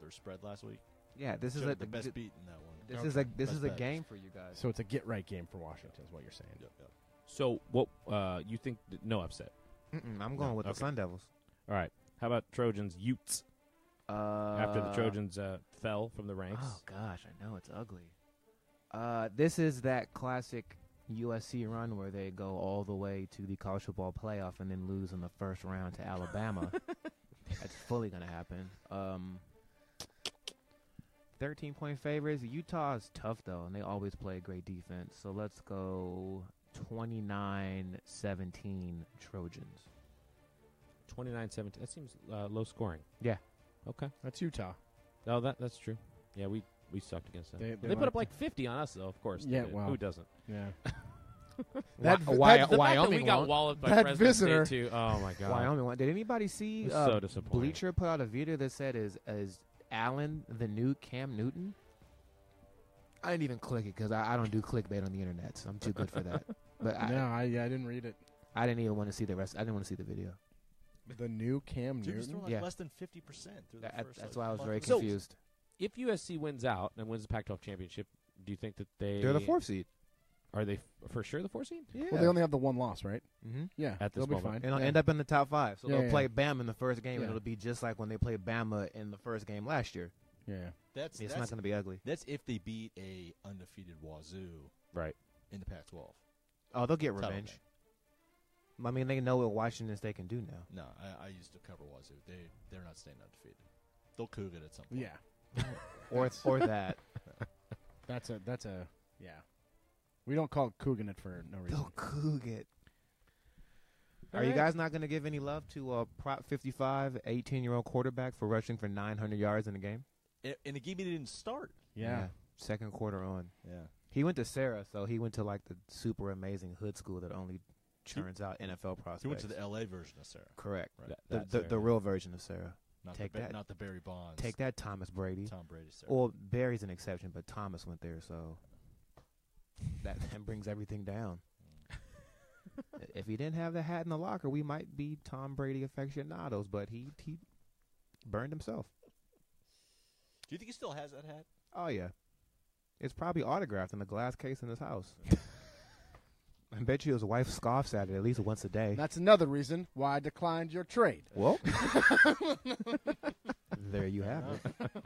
Speaker 3: their spread last week.
Speaker 5: Yeah, this is
Speaker 3: Showed
Speaker 5: a
Speaker 3: the best
Speaker 5: th-
Speaker 3: beat in that one.
Speaker 5: This is a this
Speaker 3: Best
Speaker 5: is a
Speaker 3: bet.
Speaker 5: game for you guys.
Speaker 2: So it's a get right game for Washington, is what you're saying.
Speaker 3: Yep, yep.
Speaker 1: So, what uh, you think? th- no upset.
Speaker 5: Mm-mm, I'm going
Speaker 1: No,
Speaker 5: with
Speaker 1: okay.
Speaker 5: the Sun Devils.
Speaker 1: All right. How about Trojans Utes?
Speaker 5: Uh,
Speaker 1: After the Trojans uh, fell from the ranks,
Speaker 5: Oh gosh, I know it's ugly. Uh, this is that classic USC run where they go all the way to the college football playoff and then lose in the first round to
Speaker 1: (laughs)
Speaker 5: Alabama. That's fully gonna happen. Um, thirteen point favorites. Utah is tough though, and they always play great defense. So let's go 29-17 Trojans.
Speaker 1: 29-17. That seems uh, low scoring.
Speaker 5: Yeah.
Speaker 1: Okay.
Speaker 2: That's Utah.
Speaker 1: Oh, that that's true. Yeah, we we sucked against them.
Speaker 2: They-
Speaker 1: They,
Speaker 2: they
Speaker 1: put up
Speaker 2: like-
Speaker 1: like 50 on us, though. Of course. they
Speaker 2: Yeah,
Speaker 1: did.
Speaker 2: wow.
Speaker 1: Who doesn't?
Speaker 2: (laughs)
Speaker 1: (laughs)
Speaker 2: Yeah.
Speaker 5: That-
Speaker 2: Wy-
Speaker 1: The
Speaker 2: Wy-
Speaker 1: fact that
Speaker 2: Wyoming
Speaker 1: we got
Speaker 2: won.
Speaker 1: walloped by
Speaker 2: That
Speaker 1: Fresno State,
Speaker 2: visitor.
Speaker 1: too. Oh my god.
Speaker 5: Wyoming won. Did anybody see
Speaker 1: It's
Speaker 5: uh,
Speaker 1: so disappointing.
Speaker 5: Bleacher put out a video that said, "Is is Allen the new Cam Newton?" I didn't even click it because I, I don't do clickbait on the internet. So I'm too good
Speaker 2: (laughs)
Speaker 5: for that. But I,
Speaker 2: no, I, yeah, I didn't read it.
Speaker 5: I didn't even want to see the rest. I didn't want to see the video.
Speaker 2: The new Cam
Speaker 3: Dude, he's
Speaker 2: Newton.
Speaker 3: throwing like
Speaker 5: Yeah.
Speaker 3: less than 50% through the
Speaker 5: That-
Speaker 3: first
Speaker 5: that's
Speaker 3: like,
Speaker 5: why I was
Speaker 3: month
Speaker 5: very
Speaker 3: of the season.
Speaker 5: confused.
Speaker 1: If USC wins out and wins the Pac-12 championship, do you think that they
Speaker 5: They're the fourth seed.
Speaker 1: Are they f- for sure the four seed?
Speaker 5: Yeah.
Speaker 2: Well, they only have the one loss, right?
Speaker 5: mm-hmm.
Speaker 2: Yeah,
Speaker 1: At this
Speaker 2: they'll be
Speaker 1: moment.
Speaker 2: fine.
Speaker 5: And I'll
Speaker 2: yeah.
Speaker 5: end up in the top five. So
Speaker 2: Yeah,
Speaker 5: they'll
Speaker 2: yeah.
Speaker 5: play Bam in the first game,
Speaker 2: Yeah.
Speaker 5: and it'll be just like when they played Bama in the first game last year.
Speaker 2: Yeah,
Speaker 3: That's,
Speaker 5: It's
Speaker 3: that's,
Speaker 5: not going to be ugly.
Speaker 3: that's if they beat a undefeated Wazoo
Speaker 1: Right.
Speaker 3: in the Pac 12.
Speaker 5: Oh, they'll get
Speaker 3: Title
Speaker 5: revenge.
Speaker 3: game.
Speaker 5: I mean, they know what Washington State can do now.
Speaker 3: (laughs) No, I, I used to cover Wazoo. They, they're not staying undefeated. They'll cook it at some point.
Speaker 2: yeah.
Speaker 5: Or, or that.
Speaker 2: That's a that's a yeah. We don't call Coogan it for no reason.
Speaker 5: Bill Coogan. Are you
Speaker 1: Alright.
Speaker 5: guys not going to give any love to uh, Prop 55, 18 year old quarterback for rushing for 900 yards in a game?
Speaker 3: And, and the game he didn't start.
Speaker 2: Yeah,
Speaker 5: Second quarter on.
Speaker 3: Yeah.
Speaker 5: He went to Sarah, so he went to like the super amazing hood school that only churns out NFL prospects.
Speaker 3: He went to the LA version of Sarah.
Speaker 5: Correct.
Speaker 3: Right.
Speaker 1: Th-
Speaker 5: The,
Speaker 1: that's
Speaker 5: the,
Speaker 1: fair.
Speaker 5: the real version of Sarah.
Speaker 3: Not,
Speaker 5: Take
Speaker 3: the, Ba-
Speaker 5: that.
Speaker 3: not the Barry Bonds.
Speaker 5: Take that, Thomas Brady.
Speaker 3: Tom Brady Sarah.
Speaker 5: Well, Barry's an exception, but Thomas went there, so that, that brings everything down. if he didn't have the hat in the locker, we might be Tom Brady aficionados, but he he burned himself.
Speaker 3: Do you think he still has that hat?
Speaker 5: Oh yeah, it's probably autographed in a glass case in his house. I bet you his wife scoffs at it at least once a day.
Speaker 2: That's another reason why I declined your trade.
Speaker 5: well, there you have it.
Speaker 3: (laughs)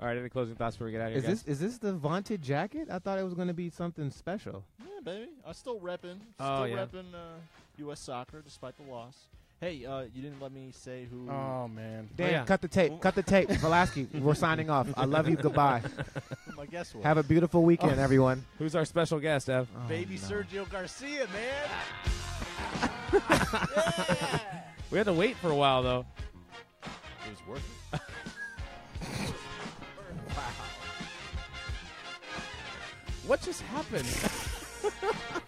Speaker 1: All right, any closing thoughts before we get out of here?
Speaker 5: Is
Speaker 1: guys?
Speaker 5: this is this the vaunted jacket? I thought it was going to be something special.
Speaker 3: Yeah, baby. I'm still repping. Still
Speaker 1: Oh, yeah.
Speaker 3: repping uh, U.S. soccer despite the loss. Hey, uh, you didn't let me say who.
Speaker 2: Oh man.
Speaker 5: Dan,
Speaker 1: yeah.
Speaker 5: cut the tape. Cut the tape. Velasquez, we're signing off. I love you. Goodbye.
Speaker 3: who my guess was.
Speaker 5: Have a beautiful weekend, everyone.
Speaker 1: Who's our special guest, Ev?
Speaker 3: baby
Speaker 5: Oh, no.
Speaker 3: Sergio Garcia, man.
Speaker 1: We had to wait for a while though.
Speaker 3: It was worth it.
Speaker 1: What just happened?